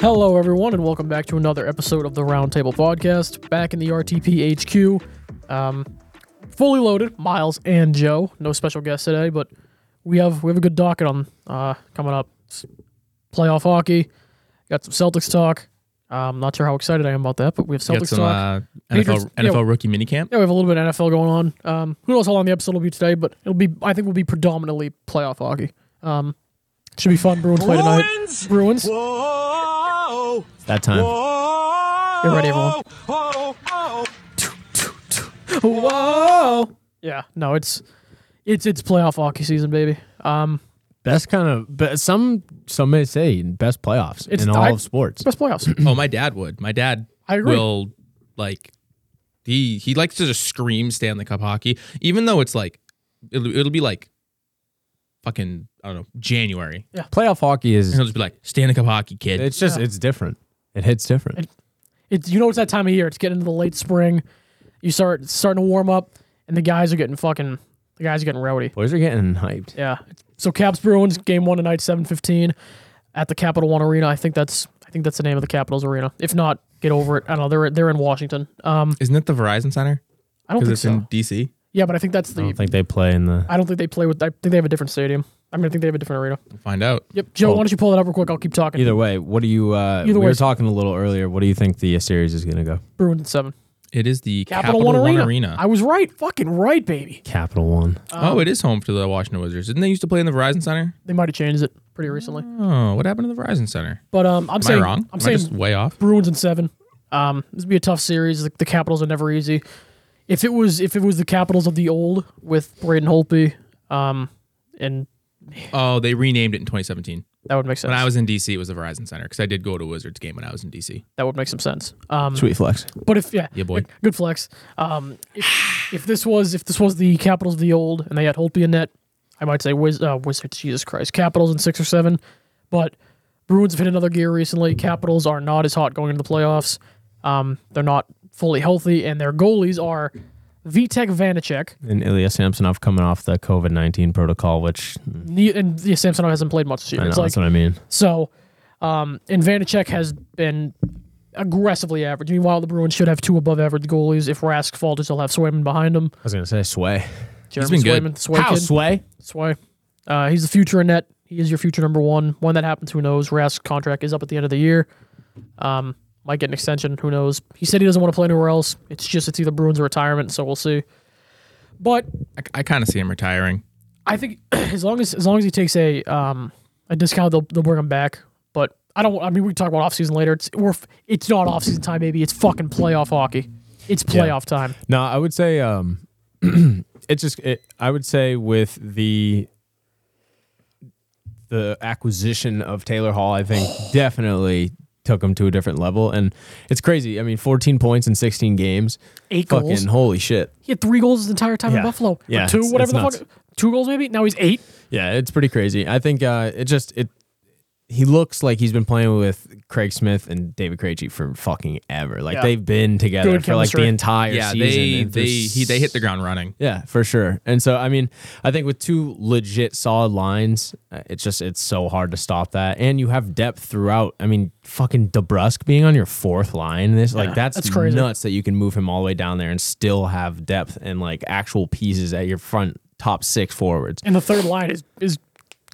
Hello, everyone, and welcome back to another episode of the Roundtable Podcast. Back in the RTP HQ, um, fully loaded, Miles and Joe. No special guests today, but we have we have a good docket on uh, coming up. It's playoff hockey, got some Celtics talk. Um, not sure how excited I am about that, but we have We got Celtics some talk. uh, Patriots- NFL, NFL rookie minicamp. Yeah, we have a little bit of NFL going on. Um, who knows how long the episode will be today, but it'll be. I think we'll be predominantly playoff hockey. Um, should be fun. Bruins, play tonight. Bruins? Bruins. Whoa! It's that time. Whoa! Get ready, everyone. Whoa! whoa. Whoa! Yeah, no, it's it's it's playoff hockey season, baby. Um, Best kind of but some some may say best playoffs It's- in all I- of sports. best playoffs. Oh, my dad would. My dad I agree. will like he he likes to just scream Stanley Cup hockey, even though it's like it'll, it'll be like fucking I don't know January, Playoff hockey and is he'll just be like Stanley Cup hockey, kid. it's just it's different. It hits different. It's you know it's that time of year. It's getting into the late spring. You start it's starting to warm up, and the guys are getting fucking the guys are getting rowdy. Boys are getting hyped. Yeah. So Caps Bruins game one tonight, seven fifteen, at the Capital One Arena. I think that's I think that's the name of the Capitals Arena. If not, get over it. I don't know. They're they're in Washington. Um, Isn't it the Verizon Center? I don't Because think it's so. in DC. yeah, but I think that's the. I don't think they play in the they play with. I think they have a different stadium. I mean, I think they have a different arena. We'll find out. Yep, Joe, why don't you pull that up real quick? I'll keep talking. Either way, what do you uh Either we way. were talking a little earlier, what do you think the series is going to go? Bruins in seven. It is the Capital, One, arena. I um, was right, fucking right, baby. Capital 1. oh, it is home to the Washington Wizards. Didn't they used to play in the Verizon Center? They might have changed it pretty recently, Oh, what happened to the Verizon Center? but um, I'm Am saying I wrong? Hmm. I'm Am saying I just way off? Bruins in seven. Um, this would be a tough series. The, the Capitals are never easy. If it was if it was the Capitals of the old with Braden Holtby, um, and Oh, they renamed it in 2017. that would make sense. When I was in DC, it was the Verizon Center because I did go to a Wizards game when I was in DC. that would make some sense. Um, Sweet flex. But if yeah, Yeah, boy. good flex. Um, if, if this was if this was the Capitals of the old and they had Holtby in net, I might say Wiz, uh, Wizards. Jesus Christ, Capitals in six or seven. But Bruins have hit another gear recently. Capitals are not as hot going into the playoffs. Um, they're not fully healthy, and their goalies are Vitek Vanacek And Ilya Samsonov coming off the COVID-19 protocol, which ne- and yeah, Samsonov hasn't played much this year. I know, It's like that's what I mean. So, um, and Vanacek has been aggressively average. Meanwhile, the Bruins should have two above average goalies. If Rask falters, they'll have Swayman behind him. I was going to say sway. Jeremy been good. Swayman, Sway kid. sway? Sway. Uh, he's the future in net. He is your future number one. When that happens, who knows? Rask contract is up at the end of the year. Um, might get an extension. Who knows? He said he doesn't want to play anywhere else. It's just it's either Bruins or retirement. So we'll see. But I, I kind of see him retiring. I think as long as as long as he takes a um a discount, they'll they'll bring him back. But I don't. I mean, we can talk about off season later. It's we're f- it's not off season time, baby. It's fucking playoff hockey. It's playoff time. No, I would say um, it's just it, I would say with the the acquisition of Taylor Hall, I think definitely took him to a different level, and it's crazy. I mean, 14 points in 16 games, Eight fucking goals. holy shit! He had three goals his entire time in Yeah. Buffalo. Or Yeah, two, it's- whatever it's the nuts. fuck. Two goals maybe. Now he's eight. Yeah, it's pretty crazy. I think uh, it just it he looks like he's been playing with Craig Smith and David Krejci for fucking ever. Like Yeah. they've been together Good for like chemistry. the entire Yeah, season. they and they there's- he, they hit the ground running. Yeah, for sure. And so, I mean, I think with two legit solid lines, uh, it's just it's so hard to stop that. And you have depth throughout. I mean, fucking DeBrusque being on your fourth line, this like that's, that's crazy. nuts that you can move him all the way down there and still have depth and like actual pieces at your front top six forwards. And the third line is is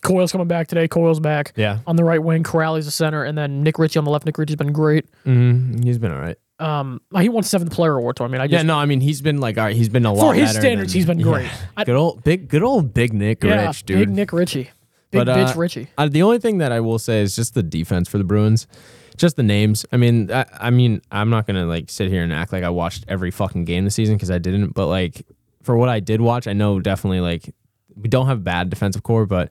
Coyle's coming back today. Coyle's back. Yeah. On the right wing, Corrali's the center, and then Nick Ritchie on the left. Nick Ritchie's been great. Mm-hmm. He's been all right. Um, he won seventh player award. So I mean, I Yeah, just no, I mean he's been like all right. He's been a lot for his better standards, than- he's been yeah. great. I- Good old big, good old big Nick yeah, Rich, dude. big Nick Ritchie, big But, uh, bitch Ritchie. Uh, the only thing that I will say is just the defense for the Bruins, just the names. I mean, I, I mean, I'm not gonna like sit here and act like I watched every fucking game this season because I didn't. But like for what I did watch, I know definitely like we don't have bad defensive core, but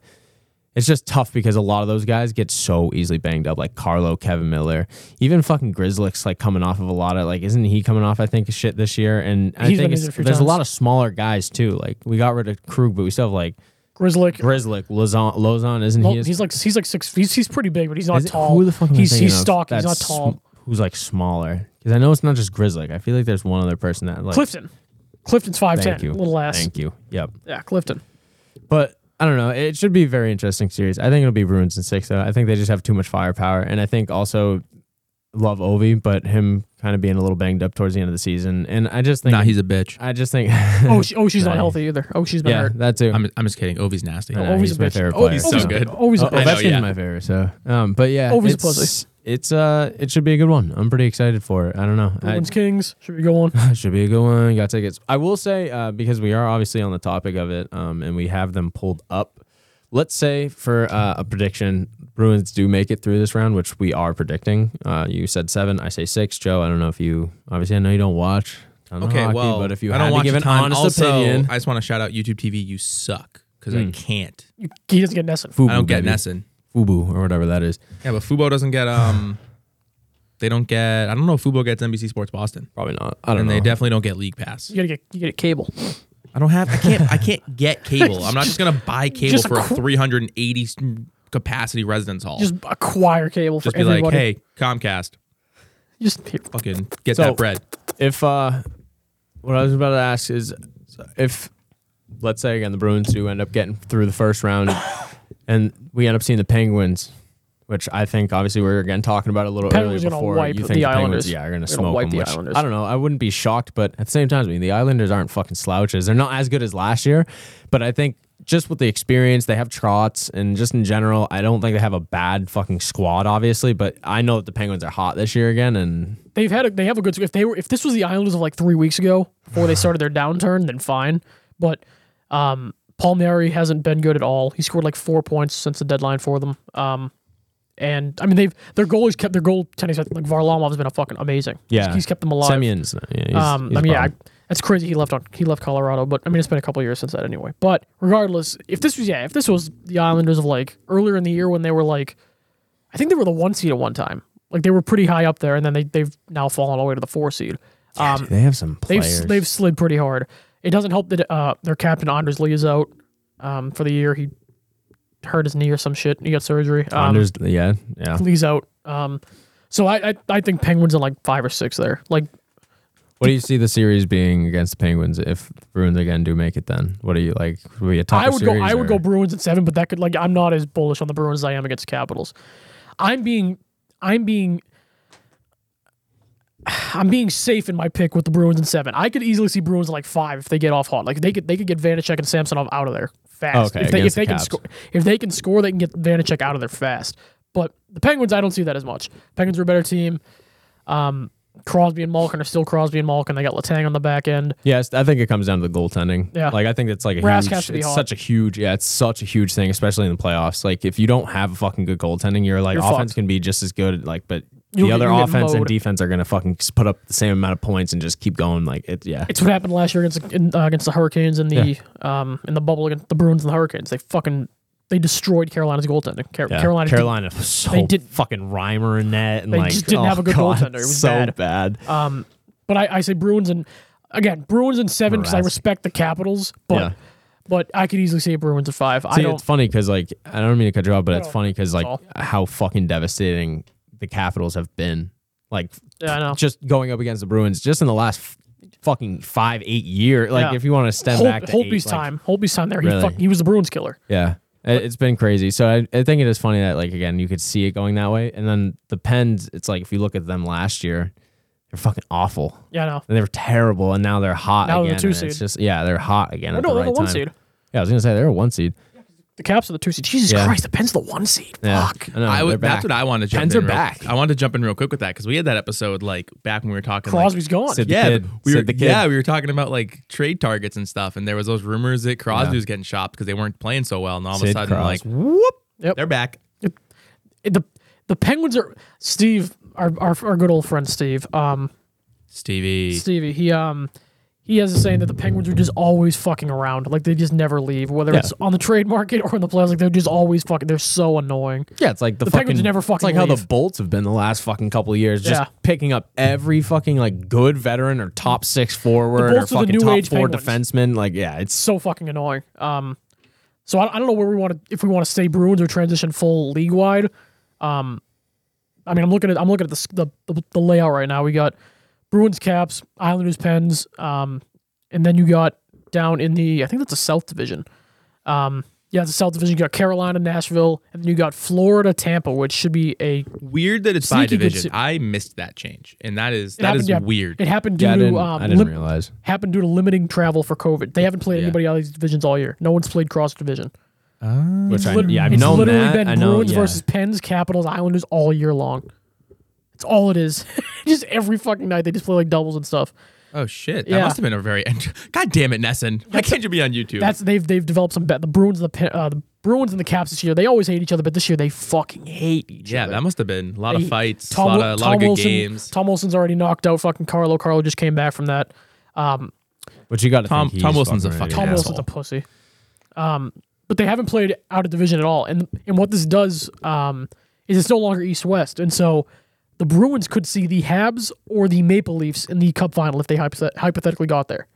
it's just tough because a lot of those guys get so easily banged up, like Carlo, Kevin Miller, even fucking Grizzlick's like coming off of a lot of like, isn't he coming off? I think shit this year, and I He's been think it's, injured a few there's a times. lot of smaller guys too. Like we got rid of Krug, but we still have like. Grizzlick. Grizzlick, Lozon, Lozon, isn't Well, he? as he's like he's like six. He's he's pretty big, but he's not Is it- tall. Who the fuck am I he's thinking he's of stock. He's not that's tall. sm- who's like smaller? Because I know it's not just Grizzly. I feel like there's one other person that like Clifton. Clifton's five ten. Thank you. Little ass. Thank you. Yep. Yeah, Clifton. But I don't know. It should be a very interesting series. I think it'll be Bruins in six, though. I think they just have too much firepower. And I think also love Ovi, but him kind of being a little banged up towards the end of the season. And I just think, Nah, he's a bitch. I just think, Oh, she, oh, she's not Nice. healthy either. Oh, she's been yeah, hurt. that too. I'm, I'm just kidding. Ovi's nasty. I know, Ovi's he's a my bitch. favorite Oh, player. he's so so. good. Always a Oh, I bitch. know, Ovechkin's yeah. my favorite. So, um, but yeah, Ovi's a it's, pussy. It's uh, it should be a good one. I'm pretty excited for it. I don't know. I, Bruins Kings. Should we go on? should be a good one. Got tickets. I will say uh, because we are obviously on the topic of it, um, and we have them pulled up. Let's say for uh, a prediction, Bruins do make it through this round, which we are predicting. Uh, you said seven, I say six. Joe, I don't know if you obviously I know you don't watch. ton of Okay, hockey, well, but if you I had don't to want give an honest opinion, I just want to shout out YouTube TV. You suck because I can't. You- He doesn't get Nesson. Fubu, I don't get baby. Nesson. Fubu or whatever that is. Yeah, but Fubo doesn't get um. They don't get. I don't know if Fubo gets NBC Sports Boston, Probably not. I don't and know. they definitely don't get League Pass. You gotta get you gotta get cable. I don't have. I can't. I can't get cable. I'm not just gonna buy cable Just for a acqu- 380 mm, capacity residence hall. Just Just, acquire cable for Oh. be everybody. like, hey, Comcast, Just here. fucking get So- that bread. if uh what I was about to ask is if let's say again the Bruins do end up getting through the first round and we end up seeing the Penguins, which I think obviously we were again talking about a little Penguins earlier gonna before. wipe you the think the Penguins, Islanders. yeah, are gonna They're smoke gonna wipe them, the which Islanders. I don't know. I wouldn't be shocked, but at the same time, I mean the Islanders aren't fucking slouches. They're not as good as last year, but I think. Just with the experience, they have trots, and just in general, I don't think they have a bad fucking squad, obviously. But I know that the Penguins are hot this year again, and They've had a, they have a good if they were if this was the Islanders of like three weeks ago before they started their downturn, then fine. But um Palmieri hasn't been good at all. He scored like four points since the deadline for them. Um and I mean they've their goalies kept their goal tennis like Varlamov has been a fucking amazing. Yeah. He's kept them alive. Semyon's. uh, Yeah, he's, um, he's I mean, yeah, bomb. I, that's crazy. He left on he left Colorado, but I mean, it's been a couple years since that anyway. But regardless, if this was yeah, if this was the Islanders of like earlier in the year when they were like, I think they were the one seed at one time. Like they were pretty high up there, and then they they've now fallen all the way to the four seed. Um, they have some they've players. they've slid pretty hard. It doesn't help that uh, their captain Anders Lee is out um, for the year. He hurt his knee or some shit. He got surgery. Um, Anders, yeah, yeah. Lee's out. Um, so I, I I think Penguins are like five or six there. Like What do you see the series being against the Penguins if the Bruins again do make it? Then what do you like? Would be a tougher I would series go. I would go or- Bruins at seven, but that could like I'm not as bullish on the Bruins as I am against Capitals. I'm being, I'm being, I'm being safe in my pick with the Bruins in seven. I could easily see Bruins in, like five if they get off hot. Like they could they could get Vanacek and Samsonov out of there fast. Okay, if they, if against the they can Caps. score, if they can score, they can get Vanacek out of there fast. But the Penguins, I don't see that as much. Penguins are a better team. Um, Crosby and Malkin are still Crosby and Malkin. They got Latang on the back end. Yes, I think it comes down to the goaltending. Yeah. like I think it's like a Rask huge, has to be it's hot. such a huge, yeah, it's such a huge thing, especially in the playoffs. Like if you don't have a fucking good goaltending, you're like You're offense fucked. can be just as good. Like, but You'll the get- other you'll get offense and mowed. defense are gonna fucking just put up the same amount of points and just keep going. Like it, yeah, It's what happened last year against in, uh, against the Hurricanes in the um in the bubble against the Bruins and the Hurricanes. They fucking they destroyed Carolina's goaltending. Car- Yeah. Carolina, did- Carolina, was so they did- fucking Reimer in net, and They like just didn't oh have a good God, goaltender. It was so bad. bad. um, but I, I say Bruins and again Bruins in seven because I Mrazek. respect the Capitals, but Yeah. but I could easily see Bruins in five. I See, don't. it's funny because like I don't mean to cut you off, but it's don't- funny because like all. how fucking devastating the Capitals have been. Like Yeah, I know. just going up against the Bruins just in the last f- fucking five eight year. Like Yeah. if you want to step Hol- back, to eight, Holtby's like- time. Holtby's time there. Really? He fuck, he was the Bruins killer. yeah. It- It's been crazy. So I, I think it is funny that like again you could see it going that way, and then the Pens. It's like if you look at them last year, they're fucking awful. Yeah, I know. They were terrible, and now they're hot Now they're again. the two and It's seed. just yeah, they're hot again. Oh, at no, the they're right the one time. seed. Yeah, I was gonna say they're a one seed. The Caps are the two seed. Jesus Yeah. Christ, the Pens the one seed. Yeah, Fuck. I know, I they're would, back. that's what I wanted to jump Pens in. are real- back. I wanted to jump in real quick with that because we had that episode like back when we were talking. like- Crosby's gone. Sid- the yeah, kid. we were Sid the kid. yeah we were talking about like trade targets and stuff, and there was those rumors that Crosby was getting shopped because they weren't playing so well, and all of Sid a sudden Crosby. like whoop, Yep. they're back. the the Penguins are Steve, our, our our good old friend Steve. Um, Stevie, Stevie, he um he has a saying that the Penguins are just always fucking around. Like they just never leave, whether it's on the trade market or in the playoffs. Like they're just always fucking. They're so annoying. Yeah, it's like the, The fucking, Penguins never It's fucking like how the leave. Bolts have been the last fucking couple of years, just Yeah. picking up every fucking like good veteran or top six forward or Bolts are the fucking new top age four Penguins. defenseman. Like, yeah, it's So fucking annoying. Um, so I, I don't know where we want to if we want to stay Bruins or transition full league wide. Um, I mean I'm looking at I'm looking at the s- the, the the layout right now. We got Bruins, Caps, Islanders, Pens. Um, and then you got down in the I think that's the South Division. Um, yeah, the South Division. You got Carolina, Nashville, and then you got Florida, Tampa, which should be a. It Weird that it's by Sneaky good division. se- I missed that change, and that is that is yeah, weird. It happened due Yeah, I didn't, to um, I didn't lim- realize. happened due to limiting travel for COVID. They haven't played Yeah. anybody out of these divisions all year. No one's played cross division. Which I, Lit- yeah, I've it's known literally that. been I know. Bruins yeah. versus Pens, Capitals, Islanders all year long. It's all it is. just every fucking night they just play like doubles and stuff. Oh shit! That Yeah. must have been a very. God damn it, Nesson! Why can't you be on YouTube? That's they've they've developed some bet. The Bruins, and the Pen- uh, the Bruins and the Caps this year. They always hate each other, but this year they fucking hate each yeah, other. that must have been a lot They- of fights, a Tom- lot of, a lot Tom of good Wilson- games. Tom Wilson's already knocked out fucking Carlo. Carlo just came back from that. Um, But you got to Tom- think Tom he's Wilson's a ready to fucking Tom go. asshole. Wilson's a pussy. Um, but they haven't played out of division at all. And and what this does um, is it's no longer East West. And so the Bruins could see the Habs or the Maple Leafs in the Cup final if they hypothet- hypothetically got there.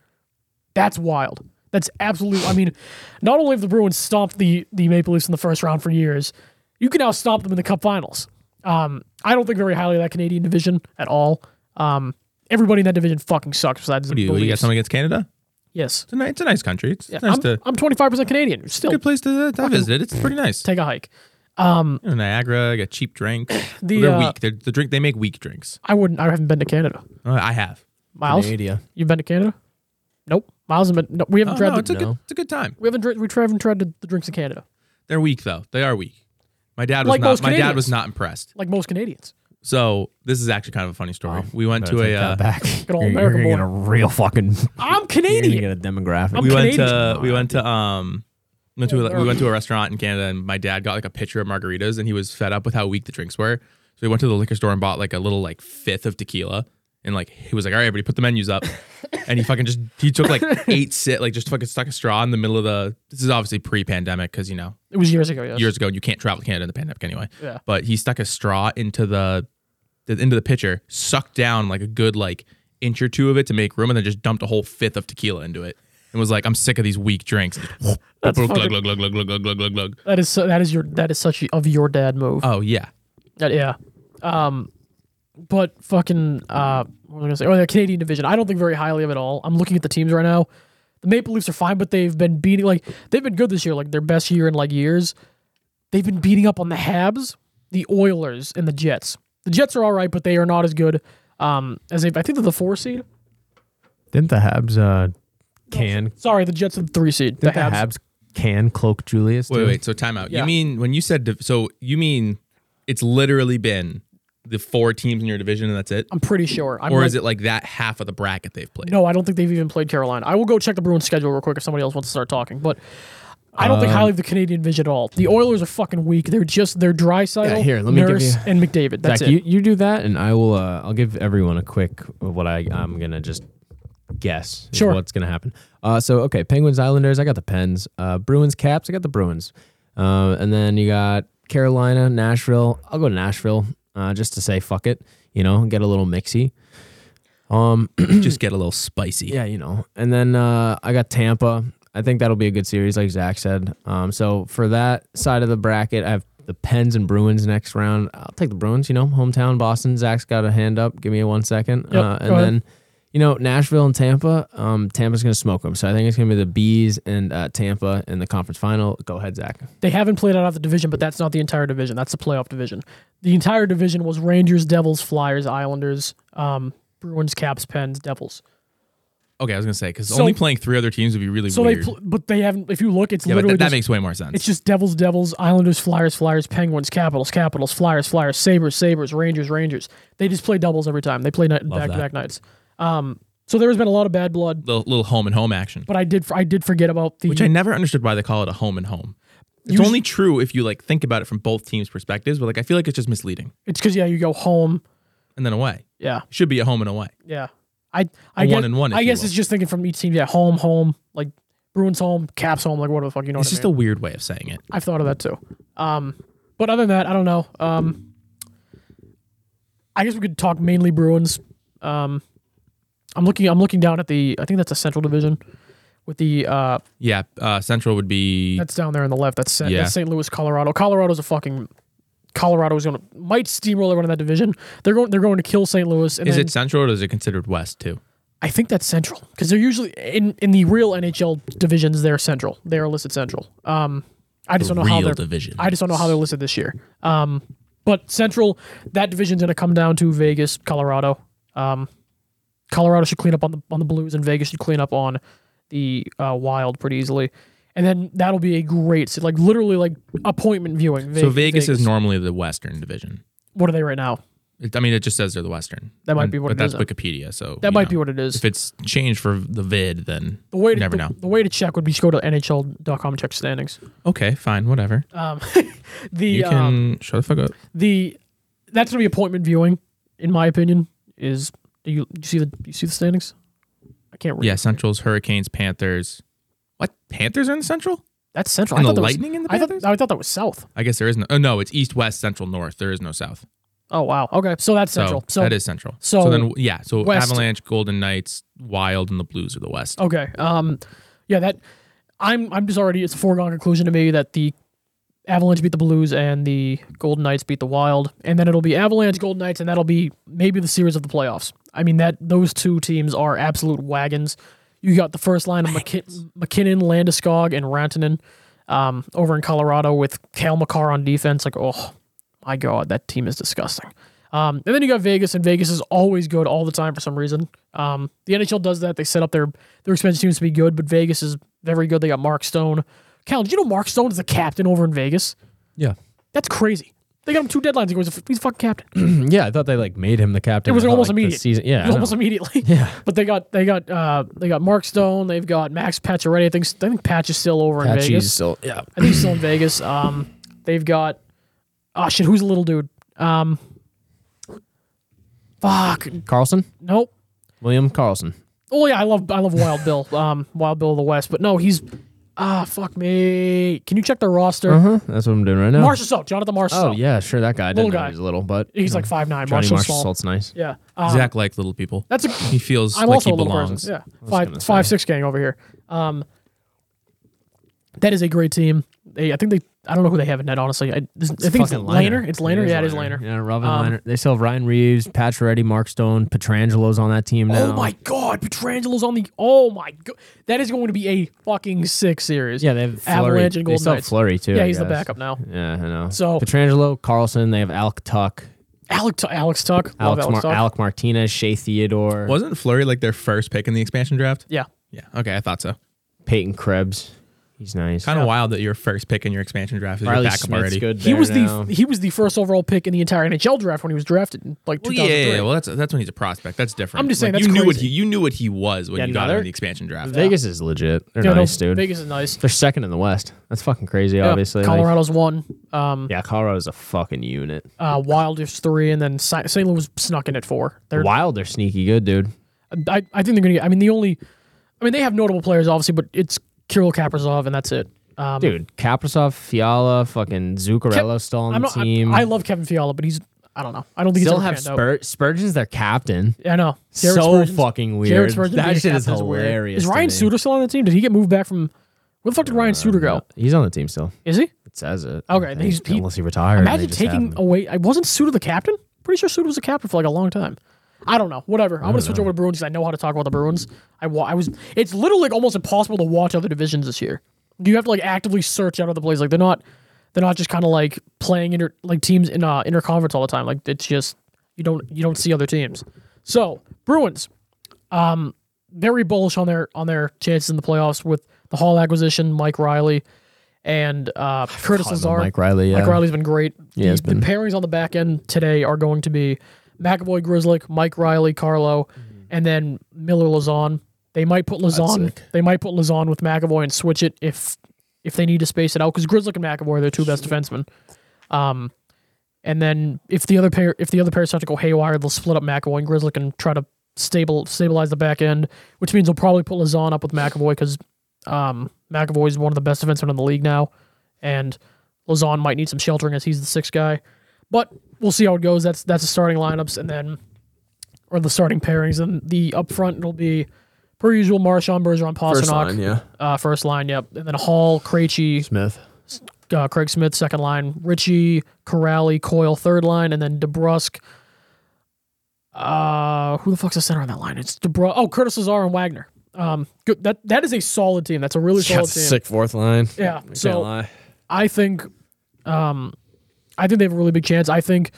That's wild. That's absolutely. I mean, not only have the Bruins stomped the the Maple Leafs in the first round for years, you can now stomp them in the Cup finals. Um, I don't think very highly of that Canadian division at all. Um, everybody in that division fucking sucks. Besides, What do you, the you got Leafs. something against Canada? yes. It's a, ni- it's a nice country. It's Yeah, nice I'm, to I'm 25% Canadian. Still, good place to, to visit. It's pretty nice. take a hike. You know, Niagara, got cheap drinks. The, They're uh, weak. They're, the drink they make weak drinks. I wouldn't. I haven't been to Canada. Uh, I have. Miles, Canada. you've been to Canada? Nope. Miles hasn't been. No, we haven't Oh, tried. no, the, it's a good. No. It's a good time. we haven't. dri- We tri- haven't tried the, the drinks in Canada, They're weak though. They are weak. My dad was Like not. most My dad was Canadians. not impressed. like most Canadians. So this is actually kind of a funny story. Oh, we went Better to take a. that Uh, back. Good old You're- American you're boy. gonna get a real fucking. I'm You're gonna Canadian. get a demographic. we went Canadian. to. We went to. Um. Went to a, we went to a restaurant in Canada, and my dad got like a pitcher of margaritas, and he was fed up with how weak the drinks were. So we went to the liquor store and bought like a little like fifth of tequila, and like he was like, "All right, everybody, put the menus up," and he fucking just he took like eight sit like just fucking stuck a straw in the middle of the. This is obviously pre-pandemic because you know It was years ago. Yes. years ago, and you can't travel to Canada in the pandemic anyway. Yeah. But he stuck a straw into the, the into the pitcher, sucked down like a good like inch or two of it to make room, and then just dumped a whole fifth of tequila into it, and was like, "I'm sick of these weak drinks." That's glug, fucking- glug, glug, glug, glug, glug, glug, glug, glug. That is. So, that is your. That is such a, of your dad move. Oh yeah, That- yeah. Um, but fucking uh, what was I gonna say? Oh, the Canadian division. I don't think very highly of it at all. I'm looking at the teams right now. The Maple Leafs are fine, but they've been beating like they've been good this year, like their best year in like years. They've been beating up on the Habs, the Oilers, and the Jets. The Jets are all right, but they are not as good um, as they. I think they're the four seed. Didn't the Habs uh, can? Sorry, the Jets are the three seed. The Didn't the Habs. Habs can cloak Julius? wait, too? wait. So timeout. Yeah. You mean when you said div- so? You mean it's literally been the four teams in your division, and that's it, I'm pretty sure. I'm or like- is it like that half of the bracket they've played? No, I don't think they've even played Carolina. I will go check the Bruins schedule real quick if somebody else wants to start talking, but I don't Um, think highly of the Canadian division at all. The Oilers are fucking weak. They're just they're dry Yeah, here, let me give Nurse, you- and McDavid. That's Zach, it. you, you do that, and I will. Uh, I'll give everyone a quick of what I I'm gonna just guess. is Sure. What's gonna happen? Uh, so okay, Penguins, Islanders. I got the Pens. Uh, Bruins, Caps. I got the Bruins. Uh, and then you got Carolina, Nashville. I'll go Nashville uh, just to say fuck it. You know, get a little mixy. just get a little spicy. Yeah, you know. And then uh, I got Tampa. I think that'll be a good series, like Zach said. Um, so for that side of the bracket, I have the Pens and Bruins next round. I'll take the Bruins. You know, hometown Boston. Zach's got a hand up. Give me one second. Yep, uh, go and ahead. then, you know, Nashville and Tampa. Um, Tampa's gonna smoke them. So I think it's gonna be the Bees and uh, Tampa in the conference final. Go ahead, Zach. They haven't played out of the division, but that's not the entire division. That's the playoff division. The entire division was Rangers, Devils, Flyers, Islanders, um, Bruins, Caps, Pens, Devils. Okay, I was gonna say because So- only playing three other teams would be really So weird. they, pl- but they haven't. If you look, it's yeah, but literally that, that just- makes way more sense. It's just Devils, Devils, Islanders, Flyers, Flyers, Penguins, Capitals, Capitals, Flyers, Flyers, Sabres, Sabres, Rangers, Rangers. They just play doubles every time. They play night, back to back nights. Um, so there has been a lot of bad blood, little, little home and home action, but I did I did forget about the which I never understood why they call it a home and home. It's Usu- only true if you like think about it from both teams' perspectives, but like I feel like it's just misleading. it's because yeah you go home And then away yeah should be a home and away. yeah I I A guess, one and one, if I you guess will. it's just thinking from each team yeah home home like Bruins home Caps home like what the fuck you know It's what I just mean? a weird way of saying it. I've thought of that too. Um, but other than that, I don't know. Um, I guess we could talk mainly Bruins. Um, I'm looking. I'm looking down at the. I think that's a Central Division, with the. Uh, Yeah, uh, Central would be that's down there on the left. That's St. Yeah. That's St. Louis, Colorado. Colorado's a fucking. Colorado's gonna might steamroll everyone in that division. They're going. They're going to kill St. Louis. And is then, it Central or is it considered West too? I think that's Central because they're usually in in the real NHL divisions. They're Central. They are listed Central. Um, I just The don't know how real they're division. I just don't know how they're listed this year. Um, but Central, that division's gonna come down to Vegas, Colorado. Um, Colorado should clean up on the on the Blues, and Vegas should clean up on the uh, Wild pretty easily. And then that'll be a great, like literally like appointment viewing. Ve- so Vegas, is normally the Western Division. What are they right now? It, I mean, it just says they're the Western. That might And- be what but it that's is. Wikipedia. So That you might know. be what it is. Oh. If it's changed for the vid, then The way to, you never the, know. the way to check would be to go to NHL.com and check standings. Um, Okay, fine, whatever. The you can um, shut the fuck up. the that's gonna be appointment viewing, in my opinion. Is do you, do you see the do you see the standings? I can't read. Yeah, Central's Hurricanes, Panthers. What Panthers are in the Central? that's Central. And I thought the that was- Lightning and the I thought- Panthers? I thought that was South. I guess there is no. Oh no, it's East, West, Central, North. There is no South. Oh wow. Okay, so that's So Central. So that is Central. so then yeah, so West- Avalanche, Golden Knights, Wild, and the Blues are the West. okay. Um, yeah, that I'm I'm just already it's a foregone conclusion to me that the Avalanche beat the Blues and the Golden Knights beat the Wild, and then it'll be Avalanche, Golden Knights, and that'll be maybe the series of the playoffs. I mean that those two teams are absolute wagons. You got the first line of McKin- McKinnon, Landeskog, and Rantanen um, over in Colorado with Kale McCarr on defense. Like, oh my god, that team is disgusting. Um, and then you got Vegas, and Vegas is always good all the time for some reason. Um, the NHL does that; they set up their their expensive teams to be good, but Vegas is very good. They got Mark Stone. Cal, did you know Mark Stone is the captain over in Vegas? Yeah. That's crazy. They got him two deadlines ago. He's a, he's a fucking captain. It Yeah, I thought they like made him the captain. was I thought, almost like, the immediate. Season. Yeah, It was I know. almost immediately. Yeah. But they got they got uh they got Mark Stone. They've got Max Patch already. I think I think Patch is still over in Patchy's Vegas. still- yeah. I think he's still in Vegas. Um, they've got oh shit, who's the little dude? Um, fuck, Carlson, nope. William Carlson. Oh yeah, I love I love Wild Bill, um, Wild Bill of the West. But no, he's ah fuck me. Can you check their roster? Uh huh. That's what I'm doing right now. Marshall Salt, Jonathan Marshall. Oh yeah, sure. That guy. I Little didn't know guy. he was little, but he's like five nine. Johnny Marshall, Marshall Salt. Salt's nice. Yeah, um, Zach like little people. That's a He feels I'm like also he a little belongs. person. Yeah, gonna five say. five six gang over here. Um, that is a great team. They, I think they. I don't know who they have in net. Honestly, I, this- I think it's Fucking Laner. It's Laner. yeah, it is Laner. Yeah, Robin Um, Laner. They still have Ryan Reeves, Pacioretty, Mark Stone, Petrangelo's on that team now. Oh my god, Petrangelo's on the. Oh my god, that is going to be a fucking sick series. Yeah, they have Flurry. Avalanche and they Golden still have Knights. Flurry too. yeah, I he's the guess. backup now. Yeah, I know. So- Petrangelo, Carlson. They have Alec Tuck, Alex Alex Tuck. Love Alex, Alex, Mar- Tuck. Alec Martinez, Shea Theodore, Wasn't Flurry like their first pick in the expansion draft? Yeah, Yeah. Okay, I thought so. Peyton Krebs. He's nice. Kind of wild that your first pick in your expansion draft is your Riley backup Smith's already. good. he there was now. the he was the first overall pick in the entire NHL draft when he was drafted in like Well, 2003. yeah, yeah, yeah. Well, that's that's when he's a prospect. That's different. I'm just saying Like, that's you knew what crazy. he you knew what he was when Yeah, you got no, him they're- in the expansion draft. Vegas is legit. They're Yeah, no, nice, dude. Vegas is nice. They're second in the West. That's fucking crazy. Yeah, Obviously, like- Colorado's one. Um, yeah, Colorado's a fucking unit. uh, Wild is three, and then Si- St. Louis snuck in at four. They're, Wild, they're sneaky good, dude. I, I think they're going to. I mean, the only, I mean, they have notable players obviously, but it's Kirill Kaprizov, and that's it. Um, Dude, Kaprasov, Fiala, fucking Zuccarello still on I'm the not, I- team. I, love Kevin Fiala, but he's I don't know. I don't think still he's ever have panned out. Spur- Spurgeon's their captain. Yeah, I know. Jared so Spurgeon's- fucking weird. Jared Spurgeon being that a shit is captain is weird. hilarious. Is to Ryan me. Uh, Suter still on the team? Did he get moved back from? Where the fuck did Ryan Suter go? He's on the team still. Is he? It says it. Okay, I he's- think, he- unless he retired. they Imagine just have taking him. away. I wasn't Suter the captain. Pretty sure Suter was a captain for like a long time. I don't know. Whatever. I'm gonna switch over to Bruins because I know how to talk about the Bruins. I wa- I was. It's literally almost impossible to watch other divisions this year. You have to like actively search out other plays. Like they're not. They're not just kind of like playing inter like teams in uh interconference all the time. Like it's just you don't you don't see other teams. So Bruins, um, very bullish on their on their chances in the playoffs with the Hall acquisition, Mike Riley, and uh, Curtis Oh, Lazar. Mike Riley. Yeah. Mike Riley's been great. Yeah, it's the, the pairings on the back end today are going to be McAvoy, Grizzlick, Mike Riley, Carlo, and then Miller Lazon. They might put Lazon. sick. They might put Lazon with McAvoy and switch it if if they need to space it out because Grizzlick and McAvoy are their two best defensemen. Um, and then if the other pair if the other pair starts to go haywire, they'll split up McAvoy and Grizzlick and try to stable stabilize the back end, which means they'll probably put Lazon up with McAvoy because um, McAvoy is one of the best defensemen in the league now, and Lazon might need some sheltering as he's the sixth guy. But we'll see how it goes. That's that's the starting lineups, and then or the starting pairings, and the up front it'll be per usual Marshawn Bergeron, Pasternak, yeah. uh, first line, yep, and then Hall, Krejci, Smith. uh, Craig Smith, second line, Richie, Corrali, Coyle, third line, and then DeBrusque. Uh, who the fuck's the center on that line? It's DeBrusque. Oh, Curtis Lazar and Wagner. Um, good. That that is a solid team. That's a really solid Got team. sick fourth line. Yeah, I can't so- lie. I think, um, I think they have a really big chance. I think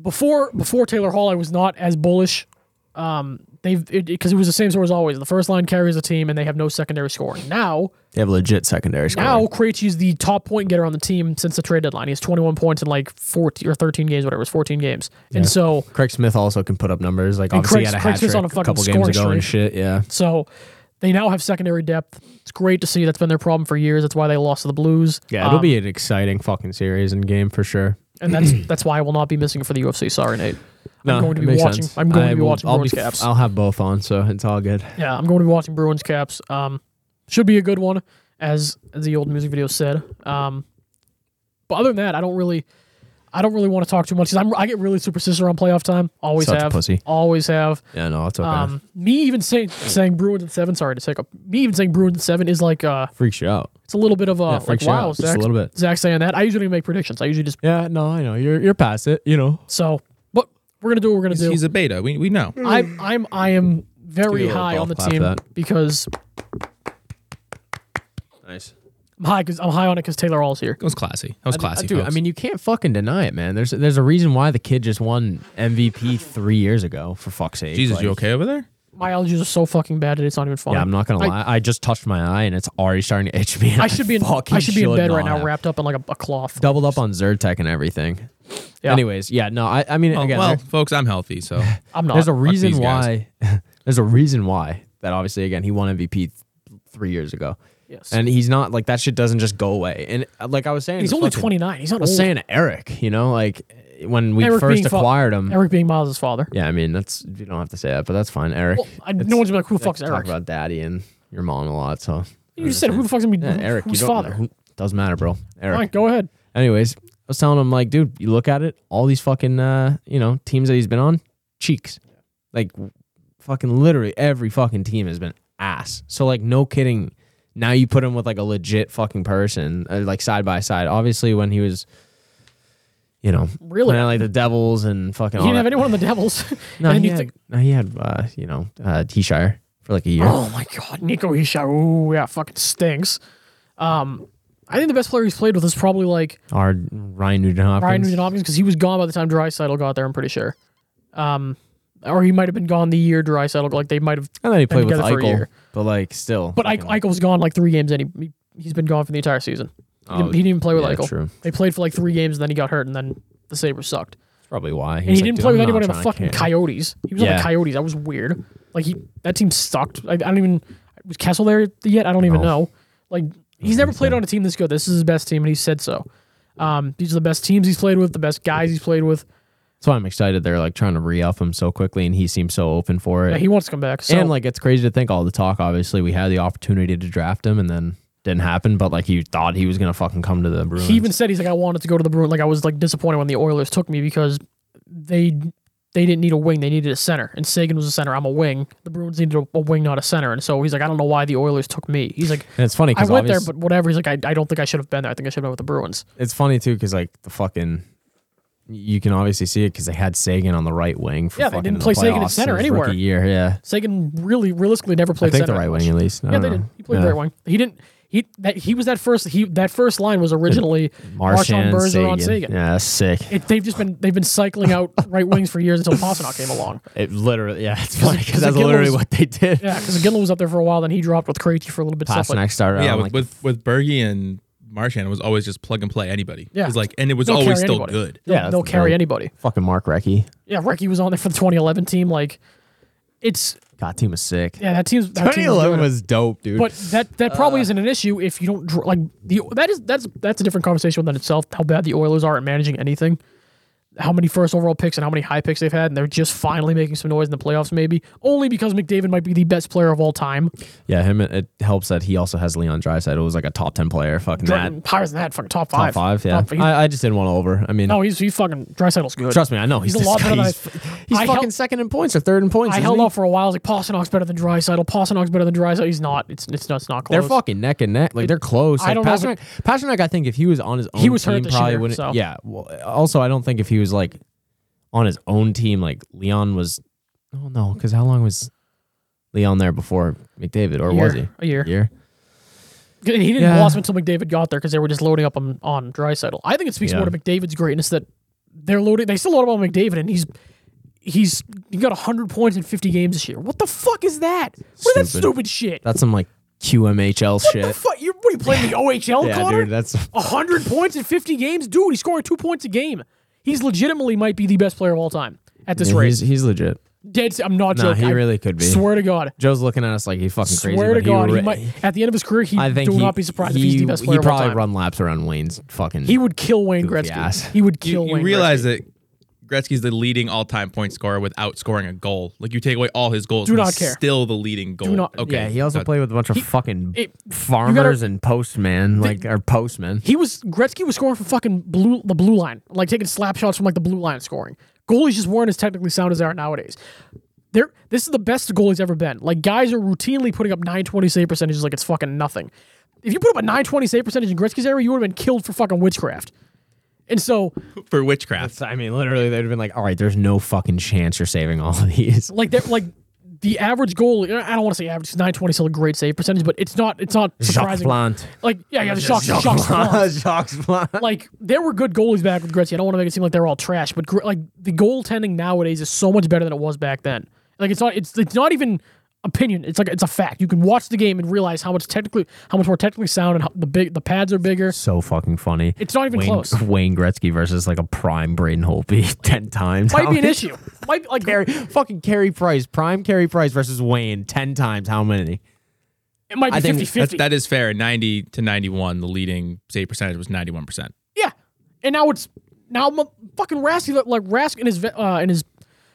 before before Taylor Hall, I was not as bullish. Um, they've because it, was the same sort as always. The first line carries the team, and they have no secondary scoring. Now, They have legit secondary scoring. now Krejci is the top point getter on the team since the trade deadline. He has 21 points in like 14 or 13 games, whatever it was, 14 games. And so Craig Smith also can put up numbers. Like obviously Craig- he had a Craig hat Smith's trick on a a fucking couple games scoring ago and shit. Yeah, So they now have secondary depth. It's great to see. That's been their problem for years. That's why they lost to the Blues. Um, yeah. It'll be an exciting fucking series and game for sure. and that's that's why I will not be missing for the UFC. Sorry, Nate. I'm going to it be makes watching. sense. I'm going I to be will- watching I'll Bruins be, Caps. I'll have both on, so it's all good. yeah, I'm going to be watching Bruins Caps. Um, should be a good one, as as the old music video said. Um, but other than that, I don't really, I don't really want to talk too much because I'm I get really superstitious around playoff time. Always Such a have, pussy. always have. Yeah, no, it's okay. Um, me even saying saying Bruins and seven. Sorry to take up. Me even saying Bruins and seven is like uh, Freaks you out. It's a little bit of a like freaks you out, wow, just a Zach. little bit. Zach saying that. I usually make predictions. I usually just Yeah, no, I know. You're you're past it. You know. so. But we're gonna do what we're gonna do. He's a beta. We, we know. I'm I'm I am very Give me a little high on golf the clap team that. because Nice. I'm high because I'm high on it because Taylor Hall's here. It was classy. That was classy. Dude, I folks. mean, you can't fucking deny it, man. There's there's a reason why the kid just won MVP three years ago. For fuck's sake. Jesus, Like, you okay over there? My allergies are so fucking bad that it's not even funny. Yeah, I'm not gonna I- lie. I just touched my eye and it's already starting to itch me. and I should be in fucking I should be in bed not right now, have. wrapped up in like a, a cloth. Doubled up on Zyrtec and everything. Yeah. Anyways, yeah, no, I, I mean, Oh, again, well, there- folks, I'm healthy, so I'm not. there's a reason these guys. why. there's a reason why that obviously again he won MVP th- three years ago, yes. and he's not like that shit doesn't just go away. And uh, like I was saying, he's to only fucking- 29. He's not I was old. saying to Eric, you know, like when we Eric first being fu- acquired him. Eric being Miles' father. Yeah, I mean that's you don't have to say that, but that's fine, Eric. Well, I, It's- no one's gonna be like, who the I fuck's Talk Eric? about daddy and your mom a lot, so You just said who the fuck's gonna be yeah, who- Eric. whose you don't, father? who- doesn't matter, bro. Eric. All right, go ahead. Anyways, I was telling him like, dude, you look at it, all these fucking uh, you know, teams that he's been on, cheeks. Like w- fucking literally every fucking team has been ass. So like no kidding. Now you put him with like a legit fucking person, uh, like side by side. Obviously when he was you know, Really? playing, like the Devils and fucking He all didn't have that. anyone on the Devils. No, And then he you had, think- no, he had uh, you know, uh Heeshire for like a year. Oh my god, Nico Hisha. Ooh, yeah, fucking stinks. Um, I think the best player he's played with is probably like Our Ryan Nugent Hopkins. Ryan Nugent Hopkins because he was gone by the time Drysaddle got there. I'm pretty sure. Um, or he might have been gone the year Drysaddle. Like they might have, And then he played with together for a Eichel, year. but like still. but Eichel, Eichel was gone like three games, and he he's been gone for the entire season. He, didn't, he didn't even play with Oh, yeah, Eichel. true. They played for like three games, and then he got hurt, and then the Sabres sucked. That's probably why. And he didn't play with anybody on the fucking Coyotes. He was on the Yeah. Coyotes. That was weird. Like he, that team sucked. I, I don't even was Kessel there yet. I don't even No. know. Like he's never played on a team this good. This is his best team, and he said so. Um, these are the best teams he's played with, the best guys he's played with. That's why I'm excited. They're like trying to re up him so quickly, and he seems so open for it. Yeah, he wants to come back. So and like it's crazy to think all the talk. Obviously, we had the opportunity to draft him, and then didn't happen. But like you thought he was gonna fucking come to the Bruins. he even said he's like, I wanted to go to the Bruins. Like I was like disappointed when the Oilers took me because they they didn't need a wing. They needed a center, and Sagan was a center. I'm a wing. The Bruins needed a, a wing, not a center. And so he's like, I don't know why the Oilers took me. He's like. and it's funny I because went there, but whatever. He's like, I, I don't think I should have been there. I think I should have been with the Bruins. it's funny too because like the fucking. You can obviously see it because they had Sagan on the right wing for Yeah, they fucking didn't the play Sagan at playoffs center his rookie anywhere. year. Yeah, Sagan really, realistically, never I played think center the right that much. wing at least. I Yeah, don't they know. did. He played Yeah. right wing. He didn't. He that he was that first. He that first line was originally Marshawn Marchand, Bergeron, Sagan. Yeah, that's sick. It, they've just been they've been cycling out right wings for years until Pasternak came along. It literally, yeah, it's funny Cause because that's Gilmour literally was- what they did. Yeah, because Ginla was up there for a while, then he dropped with Krejci for a little bit. Stuff like, Pasternak started. yeah, out, with, like, with with Bergie and Marshan, it was always just plug and play anybody. Yeah. It was like, and it was They'll always carry still anybody. good. they'll, Yeah, that's they'll the carry thing. anybody. Fucking Mark Recchi. Yeah, Ricky was on there for the 2011 team. Like, it's God, team was sick. yeah, that team's that team's good. 2011 was dope, dude. But that that probably isn't an issue if you don't dr- like the that is that's that's a different conversation within itself. How bad the Oilers are at managing anything, how many first overall picks and how many high picks they've had, and they're just finally making some noise in the playoffs. Maybe only because McDavid might be the best player of all time. yeah, him. It, it helps that he also has Leon Draisaitl. It was like a top ten player. Fucking that. Jordan, higher than that, fucking top Top five. five. Yeah, Top- he- I, I just didn't want to over. I mean, no, he's he's fucking Drysaddle's good. trust me, I know he's he's, a this lot better guy. than He's, I- he's I fucking held- second in points or third in points. I isn't held he? off for a while. I was like, Pasternock's better than Drysaddle. Pasternock's better than Drysaddle. He's not. It's it's not, it's not close. They're fucking neck and neck. Like they're close. I Like, don't know, but- Pasternak, Pasternak, I think if he was on his own, was hurt team, this probably year, wouldn't. so. Yeah. Well, also, I don't think if he was like on his own team, like Leon was. Oh no, because how long was Leon there before McDavid, or Year. was he a year. year? He didn't Yeah. blossom until McDavid got there because they were just loading up on, on Drysaddle. I think it speaks Yeah. more to McDavid's greatness that they're loading. They still load up on McDavid, and he's he's he got hundred points in fifty games this year. What the fuck is that? What is that Stupid. stupid shit? That's some like QMHL what the shit. fuck? You're, what are you playing the OHL, yeah, Connor? Oh, dude, that's hundred points in fifty games, dude. He's scoring two points a game. He's legitimately might be the best player of all time at this yeah, rate. he's, he's legit. Dead. se- I'm not No, joking. he I really could be. Swear to God. Joe's looking at us like he fucking crazy. Swear to but he God, he, re- might at the end of his career. He I think do he, not be surprised he, if he's the best he player of all probably time. run laps around Wayne's fucking. He would kill Wayne Goofy Gretzky. ass. He would You, kill you Wayne. realize Gretzky. that Gretzky's the leading all-time point scorer without scoring a goal. Like you take away all his goals, Do and not he's care. Still the leading goal. Do not- okay. yeah, he also That- played with a bunch of fucking it- you farmers and postmen, like or postmen. he was Gretzky was scoring from fucking blue the blue line, like taking slap shots from like the blue line scoring. Goalies just weren't as technically sound as they are nowadays. They're, this is the best the goalie's ever been. Like guys are routinely putting up 920 save percentages like it's fucking nothing. If you put up a 920 save percentage in Gretzky's era, you would have been killed for fucking witchcraft. And so for witchcraft. I mean, literally, they'd have been like, "All right, there's no fucking chance you're saving all of these." like that like the average goal I don't want to say average 920 is still a great save percentage but it's not it's not Jacques surprising Plant. like yeah yeah the Jacques, Jacques, Plante. Jacques Plant. like there were good goalies back with Gretzky. I don't want to make it seem like they're all trash, but Gre- like the goaltending nowadays is so much better than it was back then. Like it's not it's it's not even opinion. It's like it's a fact. You can watch the game and realize how much technically how much more technically sound and how the big the pads are bigger. So fucking funny. It's not even Wayne, close. Wayne Gretzky versus like a prime Braden Holtby ten times. Might How be an many- issue. Might like Carey, fucking Carey Price, prime Carey Price versus Wayne ten times. How many? it might be I think 50-50. That is fair. 90 to 91, the leading save percentage was 91%. Yeah, and now it's now I'm a fucking Rask like- like Rask in his ve- uh, in his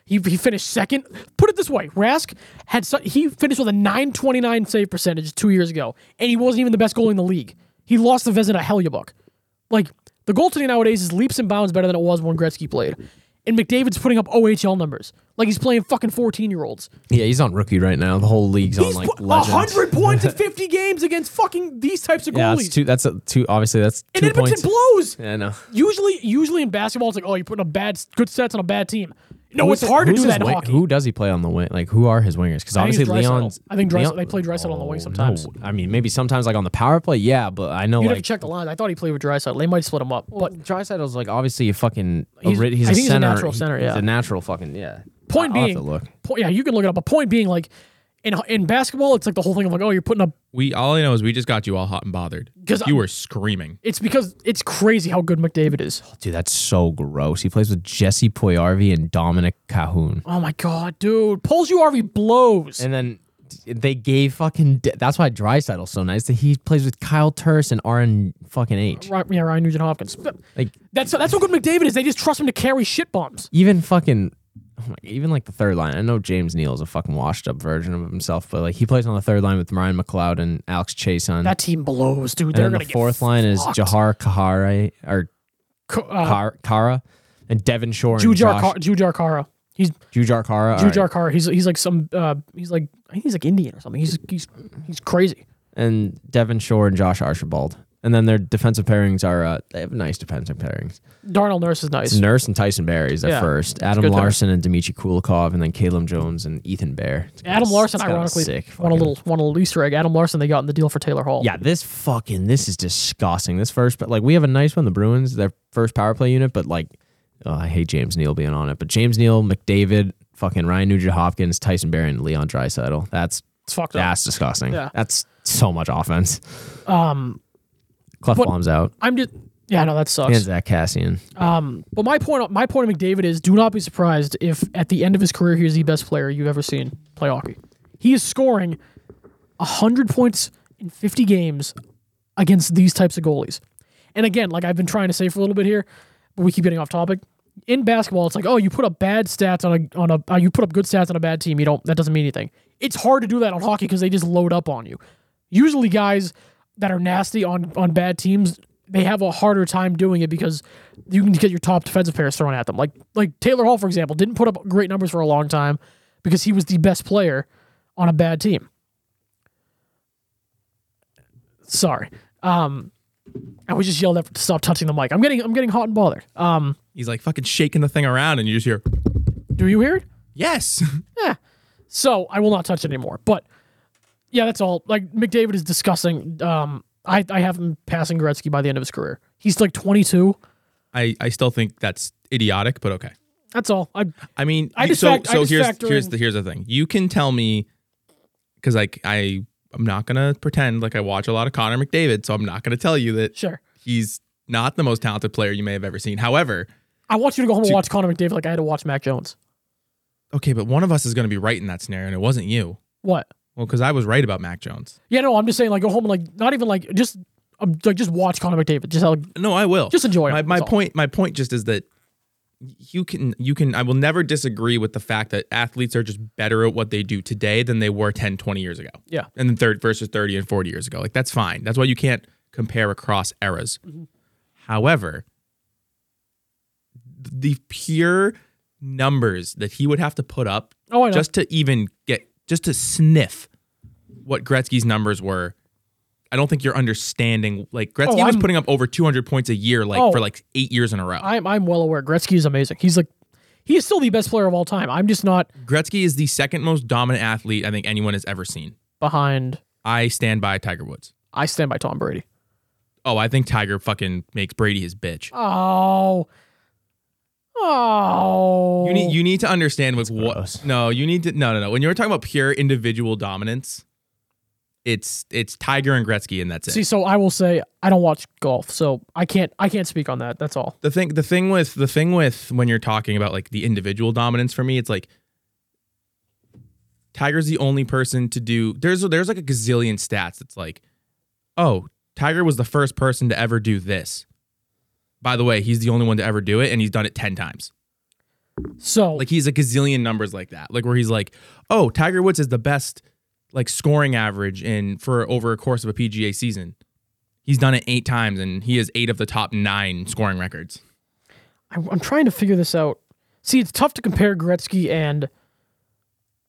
he, he finished second. Put it this way, Rask had su- he finished with a 929 save percentage two years ago, and he wasn't even the best goalie in the league. He lost the Vezina to Hellebuck. Like the goaltending nowadays is leaps and bounds better than it was when Gretzky played. And McDavid's putting up OHL numbers like he's playing fucking 14 year olds. Yeah, he's on rookie right now. The whole league's He's on put like put legends. 100 points in 50 games against fucking these types of Yeah, goalies. that's two. That's a, two. Obviously, that's and two Edmonton points. blows. yeah, I know. Usually, usually in basketball, it's like, oh, you're putting up bad, good sets on a bad team. No, it's hard to Who's do his that in wing- hockey. Who does he play on the wing? Like, who are his wingers? Because I think obviously it's Draisaitl. Leon's. I think Draisaitl- Leon- they play Draisaitl on the wing Oh, sometimes. no. I mean, maybe sometimes like on the power play, yeah. But I know You'd have to like check the line. I thought he played with Drysdale. They might split him up. But But Drysaddle's like obviously a fucking. a He's- ri- he's I a think he's a center. natural He- center, He's yeah. a natural fucking yeah. point I'll have being, to look. po- yeah, you can look it up. But point being, like in in basketball, it's like the whole thing of like, oh, you're putting up. We all I know is we just got you all hot and bothered. 'Cause you I- were screaming. It's because it's crazy how good McDavid is. Dude, that's so gross. He plays with Jesse Poyarvi and Dominic Cahoon. Oh my god, dude, Paul's URV blows. And then they gave fucking. De- that's why Drysaddle's so nice that he plays with Kyle Turris and Aaron fucking H. Ry- yeah, Ryan Nugent Hopkins. But Like That's that's how good McDavid is. They just trust him to carry shit bombs. even fucking oh my, even like the third line. I know James Neal is a fucking washed up version of himself, but like he plays on the third line with Ryan McLeod and Alex Chason. That team blows, dude. and They're then gonna the fourth line is fucked. Jahar Kahara or get co- uh, Kar- Kara and Devin Shore and Jujar Josh- Car- Jujar Kara. He's Jujar Kara. all Jujar right. Kara. He's he's like some uh, he's like I think he's like Indian or something. He's he's he's crazy. and Devin Shore and Josh Archibald. And then their defensive pairings are uh, they have nice defensive pairings. Darnell Nurse is nice. Nurse and Tyson Berry is their Yeah. first. Adam good pair. Larson and Dmitry Kulikov, and then Caleb Jones and Ethan Bear. It's got Adam a- Larson, it's got a ironically, sick won a fucking- little won a little Easter egg. Adam Larson, they got in the deal for Taylor Hall. Yeah, this fucking this is disgusting. This first, but like we have a nice one, the Bruins, their first power play unit, but like oh, I hate James Neal being on it, but James Neal, McDavid, fucking Ryan Nugent Hopkins, Tyson Berry, and Leon Dreisaitl. That's it's fucked up. that's disgusting. Yeah. That's so much offense. Um, Clef But- bombs out. I'm just yeah, no, that sucks. And Zach Cassian. Um, but my point my point of McDavid is do not be surprised if at the end of his career he is the best player you've ever seen play hockey. He is scoring hundred points in fifty games against these types of goalies. And again, like I've been trying to say for a little bit here, but we keep getting off topic. In basketball, it's like, oh, you put up bad stats on a on a uh, you put up good stats on a bad team. You don't that doesn't mean anything. It's hard to do that on hockey because they just load up on you. Usually, guys that are nasty on on bad teams, they have a harder time doing it because you can get your top defensive pairs thrown at them. Like like Taylor Hall, for example, didn't put up great numbers for a long time because he was the best player on a bad team. Sorry. Um, I was just yelled at to stop touching the mic. I'm getting I'm getting hot and bothered. Um, He's like fucking shaking the thing around and you just hear, do you hear it? Yes. So I will not touch it anymore. But yeah, that's all. Like McDavid is disgusting. Um, I, I have him passing Gretzky by the end of his career. He's like 22. I, I still think that's idiotic, but okay. That's all. I I mean, I you- just so fact- I so just here's factor here's in- the here's the thing. You can tell me because like I I'm not gonna pretend like I watch a lot of Connor McDavid, so I'm not gonna tell you that sure. he's not the most talented player you may have ever seen. However, I want you to go home and Dude. watch Connor McDavid like I had to watch Mac Jones. okay, but one of us is gonna be right in that scenario, and it wasn't you. What? Well, because I was right about Mac Jones. Yeah, no, I'm just saying like go home and like not even like just um, like just watch Connor McDavid. Just like No, I will. Just enjoy My, him, my that's all. point. My point just is that you can you can I will never disagree with the fact that athletes are just better at what they do today than they were 10, 20 years ago. yeah. and then third versus 30 and 40 years ago. Like that's fine. That's why you can't compare across eras. Mm-hmm. However, the pure numbers that he would have to put up Oh, I know. just to even get just to sniff what Gretzky's numbers were. I don't think you're understanding. Like Gretzky was Oh, I'm- putting up over 200 points a year, like Oh. for like eight years in a row. I'm I'm well aware. Gretzky is amazing. He's like he is still the best player of all time. I'm just not Gretzky is the second most dominant athlete I think anyone has ever seen. behind. I stand by Tiger Woods. I stand by Tom Brady. Oh, I think Tiger fucking makes Brady his bitch. Oh. Oh. You need you need to understand with what gross. no you need to no no no when you're talking about pure individual dominance, it's it's Tiger and Gretzky and that's it. See, so I will say I don't watch golf, so I can't I can't speak on that. That's all. the thing the thing with the thing with when you're talking about like the individual dominance for me, it's like Tiger's the only person to do there's there's like a gazillion stats. It's like oh Tiger was the first person to ever do this. By the way, he's the only one to ever do it, and he's done it ten times. So Like he's a gazillion numbers like that. Like where he's like, oh, Tiger Woods is the best like scoring average in for over a course of a PGA season. He's done it eight times and he has eight of the top nine scoring records. I, I'm trying to figure this out. See, it's tough to compare Gretzky and.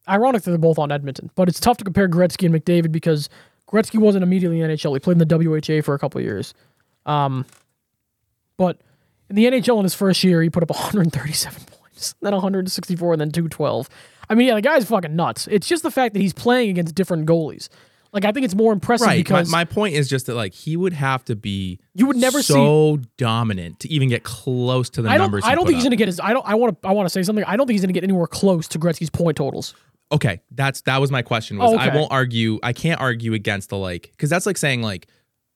Ironic that they're both on Edmonton, but it's tough to compare Gretzky and McDavid because Gretzky wasn't immediately in the NHL. He played in the WHA for a couple of years. Um, but in the NHL in his first year, he put up 137 points, then 164, and then 212. I mean, yeah, the guy's fucking nuts. It's just the fact that he's playing against different goalies. Like, I think it's more impressive Right. My, because my point is just that like he would have to be You would never see- so dominant to even get close to the I numbers. don't. I he don't put think he's up. going to get his. I don't. I want to. I want to say something. I don't think he's going to get anywhere close to Gretzky's point totals. okay that's that was my question was Oh, okay. i won't argue i can't argue against the like because that's like saying like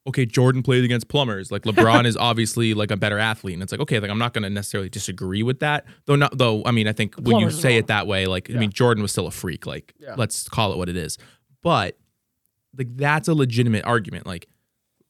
okay jordan played against plumbers like lebron is obviously like a better athlete and it's like okay like i'm not going to necessarily disagree with that though not though i mean i think when you plumbers is say wrong. it that way like i mean jordan was still a freak like Yeah. let's call it what it is but like that's a legitimate argument like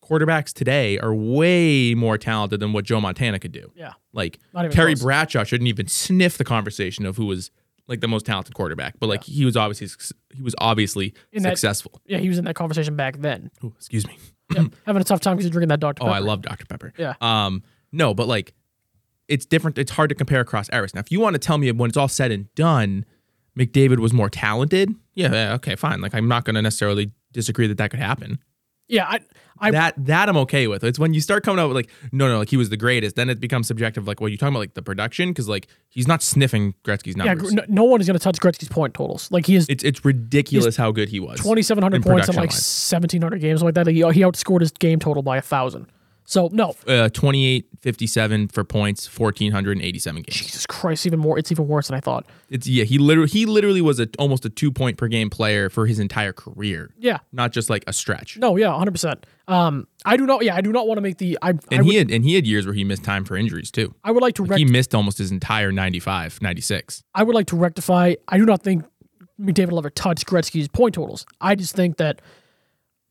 quarterbacks today are way more talented than what joe montana could do Yeah. like Not even Terry close. Bradshaw shouldn't even sniff the conversation of who was like the most talented quarterback, but like he was obviously suc- he was obviously In that- successful. Yeah, he was in that conversation back then, Ooh, excuse me. Yeah, having a tough time because he's drinking that Dr. Oh, Pepper. I love Dr Pepper. Yeah. Um, no, but like it's different. It's hard to compare across eras. Now, if you want to tell me when it's all said and done, McDavid was more talented. Yeah. yeah okay. Fine. Like I'm not going to necessarily disagree that that could happen. Yeah, I. I that that I'm okay with. It's when you start coming out with like, no, no, like he was the greatest. Then it becomes subjective. Like, well, you talking about like the production because like he's not sniffing Gretzky's yeah, numbers. gr- no, no one is going to touch Gretzky's point totals. Like he is It's it's ridiculous how good he was. 2,700 in points in production like line. 1,700 games like that. He, he outscored his game total by a thousand. So no, uh, 28, 57 for points, 1487 games. Jesus Christ, even more. It's even worse than I thought. It's yeah, he literally he literally was a almost a 2 point per game player for his entire career. Yeah. Not just like a stretch. No, yeah, 100. percent Um, I do not. Yeah, I do not want to make the. I. I and would, he had and he had years where he missed time for injuries too. I would like to. Rec- He missed almost his entire 95, 96. I would like to rectify. I do not think McDavid will ever touch Gretzky's point totals. I just think that,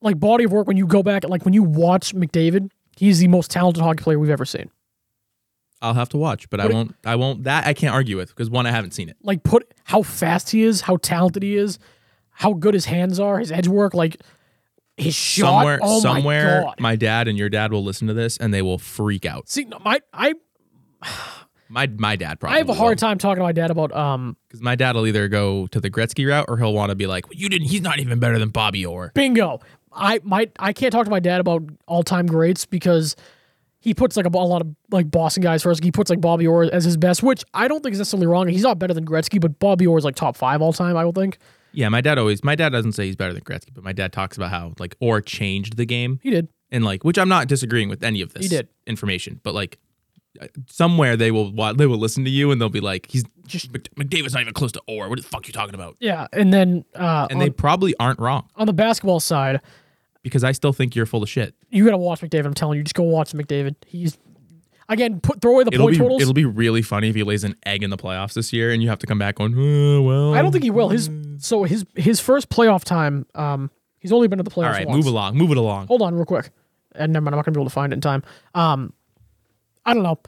like, body of work, when you go back, like, when you watch McDavid, he's the most talented hockey player we've ever seen. I'll have to watch, but I won't I won't that I can't argue with because one I haven't seen it. Like, put how fast he is, how talented he is, how good his hands are, his edge work, like, his shot. somewhere oh somewhere my God. dad and your dad will listen to this and they will freak out. See, no, my, I, My my dad probably I have a will. hard time talking to my dad about, um, Because my dad will either go to the Gretzky route or he'll want to be like, well, you didn't, he's not even better than Bobby Orr. bingo. I my I can't talk to my dad about all time greats because he puts like a, bo- a lot of like Boston guys first. He puts like Bobby Orr as his best, which I don't think is necessarily wrong. He's not better than Gretzky, but Bobby Orr is like top five all time. I would think Yeah, my dad always, my dad doesn't say he's better than Gretzky, but my dad talks about how like Orr changed the game. he did. and like which I'm not disagreeing with any of this He did. information, but like uh, somewhere they will wa- they will listen to you and they'll be like, he's just McDavid's not even close to or. What the fuck you talking about? Yeah, and then uh, And on, they probably aren't wrong on the basketball side, because I still think you're full of shit. you gotta watch McDavid. I'm telling you, just go watch McDavid. He's again put throw away the It'll point be totals. it'll be really funny if he lays an egg in the playoffs this year and you have to come back going, oh, well. I don't think he will. His so his his first playoff time. Um, he's only been to the playoffs. All right, once. move along, move it along. Hold on, real quick. And never mind, I'm not gonna be able to find it in time. Um, I don't know.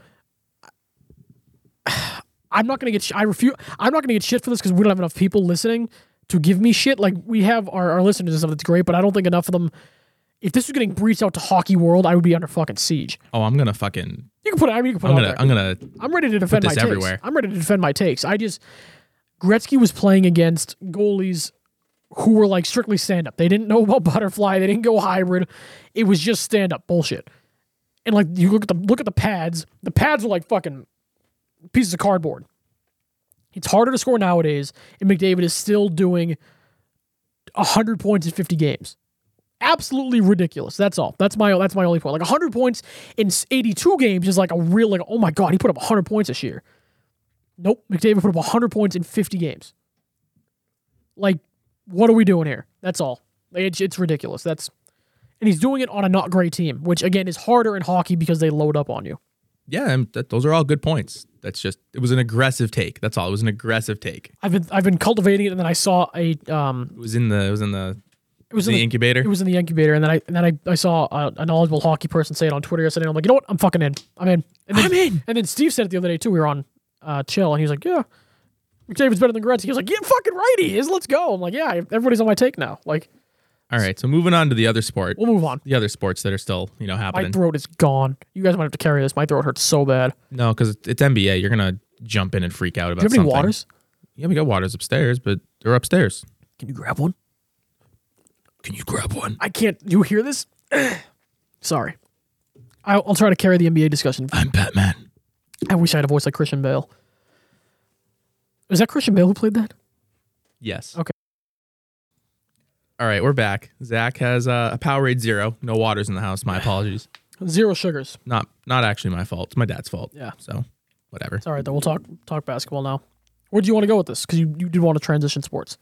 I'm not gonna get. Sh- I refuse. I'm not gonna get shit for this because we don't have enough people listening to give me shit. Like we have our, our listeners and stuff. That's great, but I don't think enough of them. If this was getting breached out to hockey world, I would be under fucking siege. Oh, I'm gonna fucking, You can put. it- I mean, you can put. I'm it out gonna, there. I'm gonna. I'm ready to defend this my takes. everywhere. I'm ready to defend my takes. I just Gretzky was playing against goalies who were like strictly stand up. They didn't know about butterfly. They didn't go hybrid. It was just stand up bullshit. And like you look at the look at the pads. The pads were like fucking pieces of cardboard. It's harder to score nowadays, and McDavid is still doing hundred points in fifty games. Absolutely ridiculous. That's all. That's my that's my only point. Like hundred points in eighty-two games is like a real like. Oh my god, he put up hundred points this year. Nope, McDavid put up hundred points in fifty games. Like, what are we doing here? That's all. Like, it's, it's ridiculous. That's and he's doing it on a not great team, which again is harder in hockey because they load up on you. Yeah, I'm- that, those are all good points. That's just, it was an aggressive take. That's all. It was an aggressive take. It I've been I've been cultivating it, and then I saw a um. was in the, it was in the, It was the, in the, incubator. it was in the incubator, and then I and then I, I saw a, a knowledgeable hockey person say it on Twitter yesterday. And I'm like, you know what? I'm fucking in. I'm in. And then, I'm in. And then Steve said it the other day too. We were on uh, chill, and he was like, yeah, McDavid's better than Gretzky. He was like, yeah, fucking right, he is. Let's go. I'm like, yeah, everybody's on my take now. Like, all right, so moving on to the other sport, we'll move on. the other sports that are still, you know, My happening. throat is gone. You guys might have to carry this. My throat hurts so bad. no, because it's, it's NBA. You're gonna jump in and freak out about Do you have any something. waters? Yeah, we got waters upstairs, but they're upstairs. Can you grab one? Can you grab one? I can't. You hear this? Sorry. I'll, I'll try to carry the NBA discussion. I'm Batman. I wish I had a voice like Christian Bale. Is that Christian Bale who played that? Yes. Okay. All right, we're back. Zach has uh, a Powerade Zero. No waters in the house. My apologies. Zero sugars. Not not actually my fault. It's my dad's fault. Yeah. So whatever. It's all right though. We'll talk talk basketball now. Where do you want to go with this? Because you, you did want to transition sports.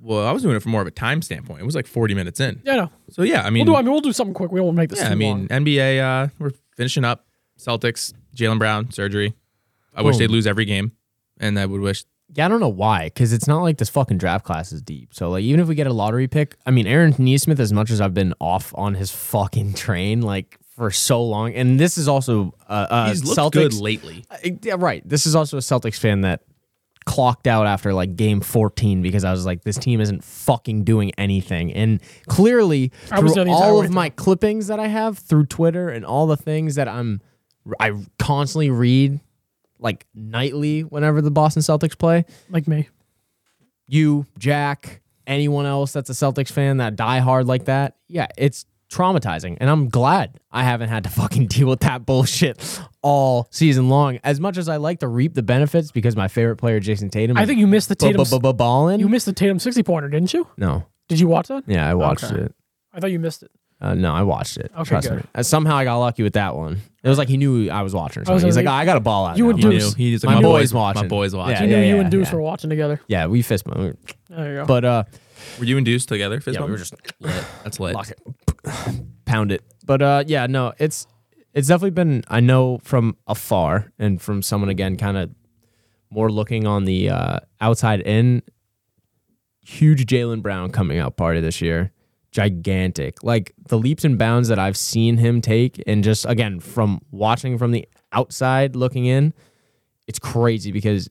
Well, I was doing it from more of a time standpoint. It was like 40 minutes in. Yeah, no. So yeah, I mean, We'll do. I mean, we'll do something quick. We don't want to make this. yeah, too I mean, long. NBA. Uh, we're finishing up. Celtics. Jalen Brown surgery. I wish Boom. they'd lose every game, and I would wish. Yeah, I don't know why, because it's not like this fucking draft class is deep. So like, even if we get a lottery pick, I mean, Aaron Neesmith, as much as I've been off on his fucking train like for so long, and this is also uh, uh, He's looked Celtics. good lately. Uh, yeah, right. This is also a Celtics fan that clocked out after like game 14 because I was like, this team isn't fucking doing anything. And clearly, I was through there the entire all way of my clippings that I have through Twitter and all the things that I'm, I constantly read like nightly whenever the Boston Celtics play, like me. you, Jack, anyone else that's a Celtics fan that die hard like that, yeah, it's traumatizing. And I'm glad I haven't had to fucking deal with that bullshit all season long. As much as I like to reap the benefits because my favorite player, Jason Tatum, I think you missed the Tatum. Ballin. You missed the Tatum sixty pointer, didn't you? no. Did you watch that? Yeah, I watched Okay. it. I thought you missed it. Uh, no, I watched it. Okay, Trust good. me. Uh, somehow I got lucky with that one. It was like he knew I was watching. Or was something. He's like, like, "Ah, I got a ball out. you now." would He do- knew. Deuce. He just like My my, boy's boys watching. My boys watching. Yeah, You knew yeah, you yeah, and Deuce yeah. were watching together. Yeah, we fist bump. There you go. But uh, Were you induced together? Fist Yeah, bump? we were just- lit. That's lit. Lock it. Pound it. But uh, yeah, no, it's it's definitely been I know from afar and from someone again, kind of more looking on the uh, outside in. Huge Jalen Brown coming out party this year, gigantic. Like the leaps and bounds that I've seen him take, and just again from watching from the outside looking in, it's crazy because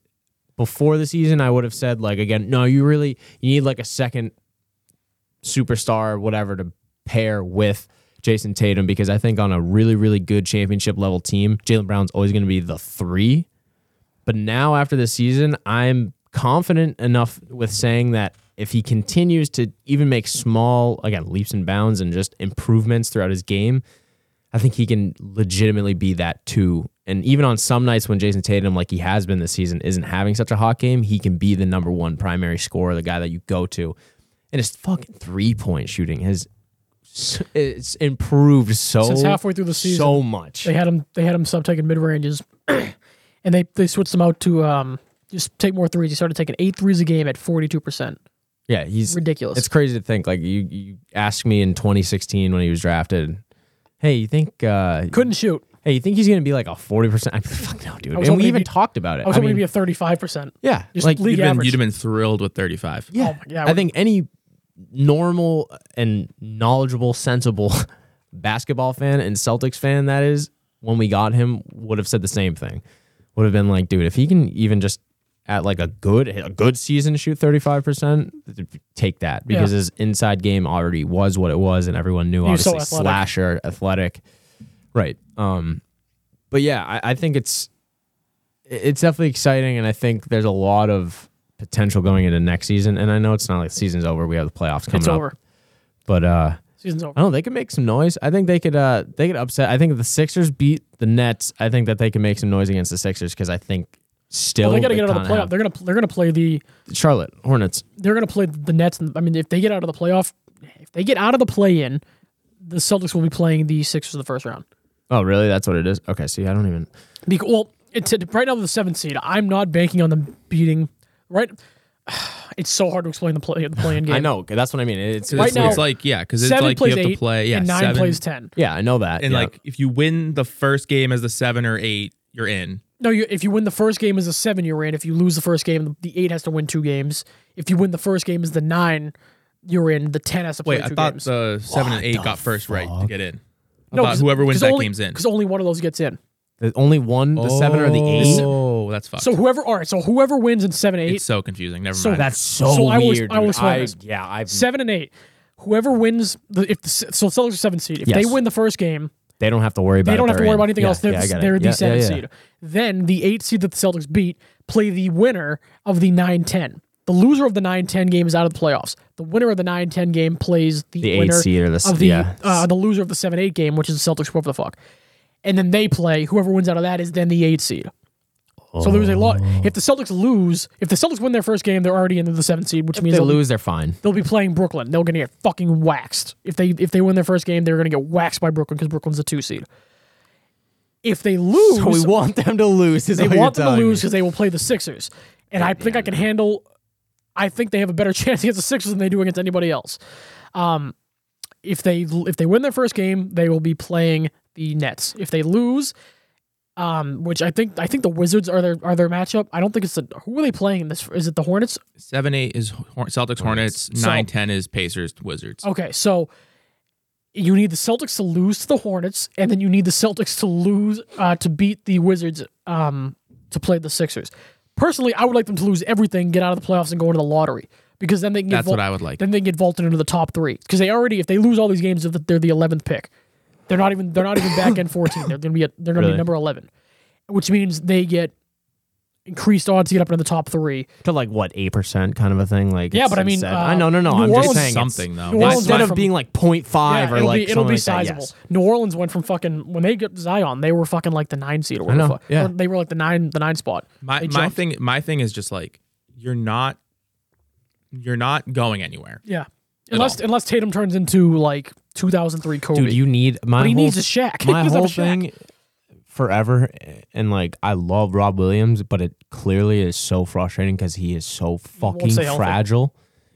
before the season I would have said like again, no, you really you need like a second superstar or whatever to pair with Jason Tatum because I think on a really, really good championship level team, Jalen Brown's always going to be the three. But now after this season, I'm confident enough with saying that if he continues to even make small, again, leaps and bounds and just improvements throughout his game, I think he can legitimately be that too. And even on some nights when Jason Tatum, like he has been this season, isn't having such a hot game, he can be the number one primary scorer, the guy that you go to. And his fucking three point shooting has s- it's improved so Since halfway through the season, so much. They had him. They had him stop taking mid ranges, and they they switched him out to um just take more threes. He started taking eight threes a game at forty two percent. yeah, he's Ridiculous. It's crazy to think like you you asked me in 2016 when he was drafted. Hey, you think uh Couldn't shoot. hey, you think he's going to be like a 40%? I fuck no, dude. was And we hoping he'd even be- talked about it. I was I hoping to mean, be a thirty five percent. yeah, Just like league You'd have been, average. you'd have been thrilled with 35. Yeah. Oh my- yeah, I we- think any normal and knowledgeable, sensible basketball fan and Celtics fan that is, when we got him, would have said the same thing. Would have been like, dude, if he can even just at like a good a good season shoot 35%, take that because Yeah. his inside game already was what it was and everyone knew was so obviously athletic. slasher, athletic. Right. Um but yeah, I, I think it's it's definitely exciting, and I think there's a lot of potential going into next season. And I know it's not like the season's over; we have the playoffs coming It's up. over. But uh, Season's over. I don't know. They could make some noise. I think they could. Uh, they could upset. I think if the Sixers beat the Nets, I think that they can make some noise against the Sixers because I think still Well, they got to get out of the kinda playoff. have- They're gonna they're gonna play the Charlotte Hornets. they're gonna play the Nets. and- I mean, if they get out of the playoff, if they get out of the play in, the Celtics will be playing the Sixers in the first round. Oh, really? That's what it is. Okay. See, I don't even. Because, well, it's right now the seventh seed. I'm not banking on them beating. Right, it's so hard to explain the play the play in game. I know. 'kay, That's what I mean. It's, Right Right it's, now- it's like, yeah, because it's Seven like you plays have eight, to play. Yeah, and nine seven, plays ten. yeah, I know that. And yeah. like, if you win the first game as the seven or eight, you're in. No, you, if you win the first game as a seven, you're in. If you lose the first game, the eight has to win two games. If you win the first game as the nine, you're in. The ten has to play Wait, I two thought games. the seven and eight the got first right to fuck? get in. I no, thought whoever wins that game's in. because only one of those gets in. The only one, the seven or the eight. Oh, that's fucked. So whoever, all right, so whoever wins in seven, eight, it's so confusing. Never So mind. That's so, So I weird. will- I will dude. swear this. yeah, I've seven and eight, whoever wins the if the, so Celtics are seven seed. If Yes. they win the first game, They don't have to worry about. they it, don't have to they're worry in. about anything Yeah, else. They're, yeah, I got it. they're the Yeah, seven yeah, yeah. seed. Then the eight seed that the Celtics beat play the winner of the 9-10. The loser of the 9-10 game is out of the playoffs. The winner of the 9-10 game plays the, The eight winner seed or the s- of the yeah. uh, the loser of the 7-8 game, which is the Celtics, whoever the fuck. And then they play. Whoever wins out of that is then the eight seed. So there was a lot. If the Celtics lose, if the Celtics win their first game, they're already into the seventh seed, which If means they they'll- lose, they're fine. they'll be playing Brooklyn. They're gonna get fucking waxed if they if they win their first game. They're gonna get waxed by Brooklyn because Brooklyn's the two seed. If they lose, So we want them to lose. Is they what you're want them to telling lose me. because they will play the Sixers, and I think I can handle. I think they have a better chance against the Sixers than they do against anybody else. Um, if they if they win their first game, they will be playing the Nets. If they lose, um, which I think I think the Wizards are their are their matchup. I don't think it's the who are they playing in this? Is it the Hornets? seven eight is Hor- Celtics Hornets. So- Oh, Nine ten is Pacers Wizards. Okay, so you need the Celtics to lose to the Hornets, and then you need the Celtics to lose uh, to beat the Wizards um, to play the Sixers. Personally, I would like them to lose everything, get out of the playoffs, and go into the lottery because then they can get That's vault- what I would like. Then they can get vaulted into the top three because they already, if they lose all these games, they're the- they're the eleventh pick. They're not even they're not even back end fourteen. They're gonna be at, they're gonna be Really? number eleven, which means they get increased odds to get up into the top three. to like what eight percent kind of a thing. Like Yeah, it's- but I it's mean, sad. uh, I know, no, no. New I'm Orleans- just saying it's- something though. New Orleans Instead went of from- being like 0.5 Yeah, or it'll like be, it'll something be like that, sizable. yes. New Orleans went from fucking when they got Zion, they were fucking like the nine seed or whatever. know, the fuck. yeah. They were like the nine the nine spot. My They my jumped. thing my thing is just like you're not you're not going anywhere. Yeah. Unless unless Tatum turns into like 2003 Kobe. Dude, you need my but he whole, needs a Shaq. He My doesn't have a whole Shaq. thing forever, and like I love Rob Williams, but it clearly is so frustrating because he is so fucking stay healthy. fragile.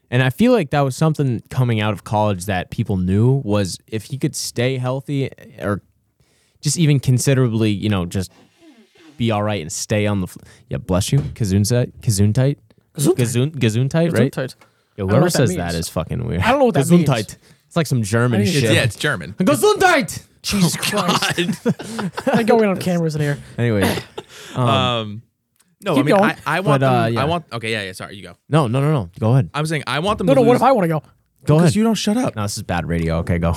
And I feel like that was something coming out of college that people knew was if he could stay healthy eh, or just even considerably, you know, just be all right and stay on the. Fl- yeah, bless you, Kazunzite, Kazuntite, Kazun, Kazuntite, right? Sometimes. don't Yo, know whoever what that says means. that is fucking weird. I don't know what that means. Gesundheit. It's like some German think it's- shit. It's, yeah, it's German. Gesundheit. Oh, Jesus Christ. I go in on cameras in here. Anyway, um, no, I Keep mean going. I, I want But, uh, them, yeah. I want okay yeah yeah sorry you go. no, no, no, no. Go ahead. I'm saying I want them No, to no, lose what if I want to go? Go ahead. because you don't shut up. no, this is bad radio. Okay, go.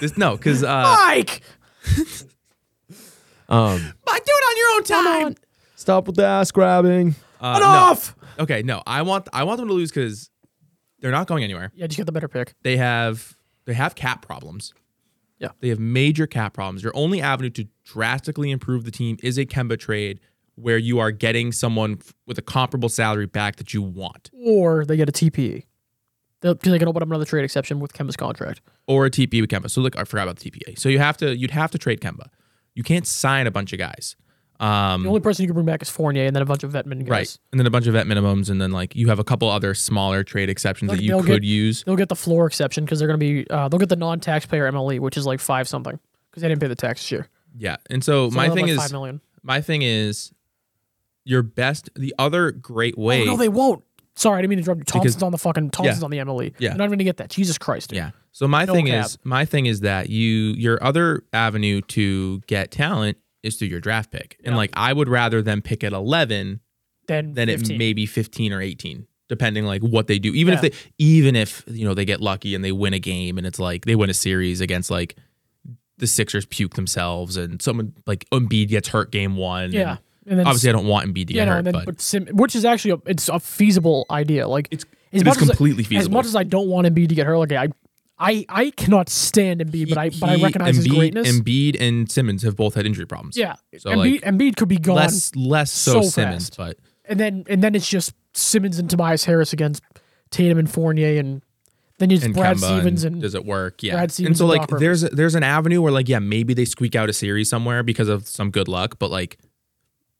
This, no, because uh, Mike! Um, but do it on your own time. Stop with the ass grabbing. Uh, Enough! No. Okay, no, I want I want them to lose because they're not going anywhere. Yeah, just get the better pick. They have they have cap problems. Yeah. they have major cap problems. Your only avenue to drastically improve the team is a Kemba trade, where you are getting someone f- with a comparable salary back that you want. Or they get a TPE. E. They'll, 'cause they can open up another trade exception with Kemba's contract. or a TPA with Kemba. So look, I forgot about the TPA. So you have to you'd have to trade Kemba. You can't sign a bunch of guys. Um, The only person you can bring back is Fournier and then a bunch of vet men guys. right. And then a bunch of vet minimums and then like you have a couple other smaller trade exceptions Like, that you they'll could get- use. They'll get the floor exception because they're going to be, uh, they'll get the non taxpayer MLE, E, which is like five something because they didn't pay the tax this year. Yeah. And so, So my they'll have, thing like, is five million. my thing is your best the other great Oh, way no, they won't. Sorry, I didn't mean to interrupt you. Thompson's on the fucking, Thompson's Yeah. on the MLE. You're Yeah. not going to get that. Jesus Christ. Yeah. So my No thing cap. is my thing is that you your other avenue to get talent is through your draft pick. And Yeah. like I would rather them pick at 11 Then, then 15. it may be 15 or 18 depending like what they do even Yeah. if they even if you know they get lucky and they win a game and it's like they win a series against like the Sixers puke themselves and someone like Embiid gets hurt game 1 Yeah. and And then obviously I don't want Embiid to Yeah, get no, hurt and then, but, but, sim, which is actually a, it's a feasible idea. Like It's- as it's much as I- completely As feasible. much as I don't want Embiid to get hurt, like I, I, I cannot stand Embiid, but I but I he- recognize Embiid, his greatness. Embiid and Simmons have both had injury problems yeah, So, Embiid, like, Embiid could be gone, less less so, so Simmons fast. but and then and then it's just Simmons and Tobias Harris against Tatum and Fournier, and then it's and Brad Kemba Stevens and, and, does it work? Yeah. Brad and Stevens so and like Doc Rivers. there's there's an avenue where like yeah maybe they squeak out a series somewhere because of some good luck, but like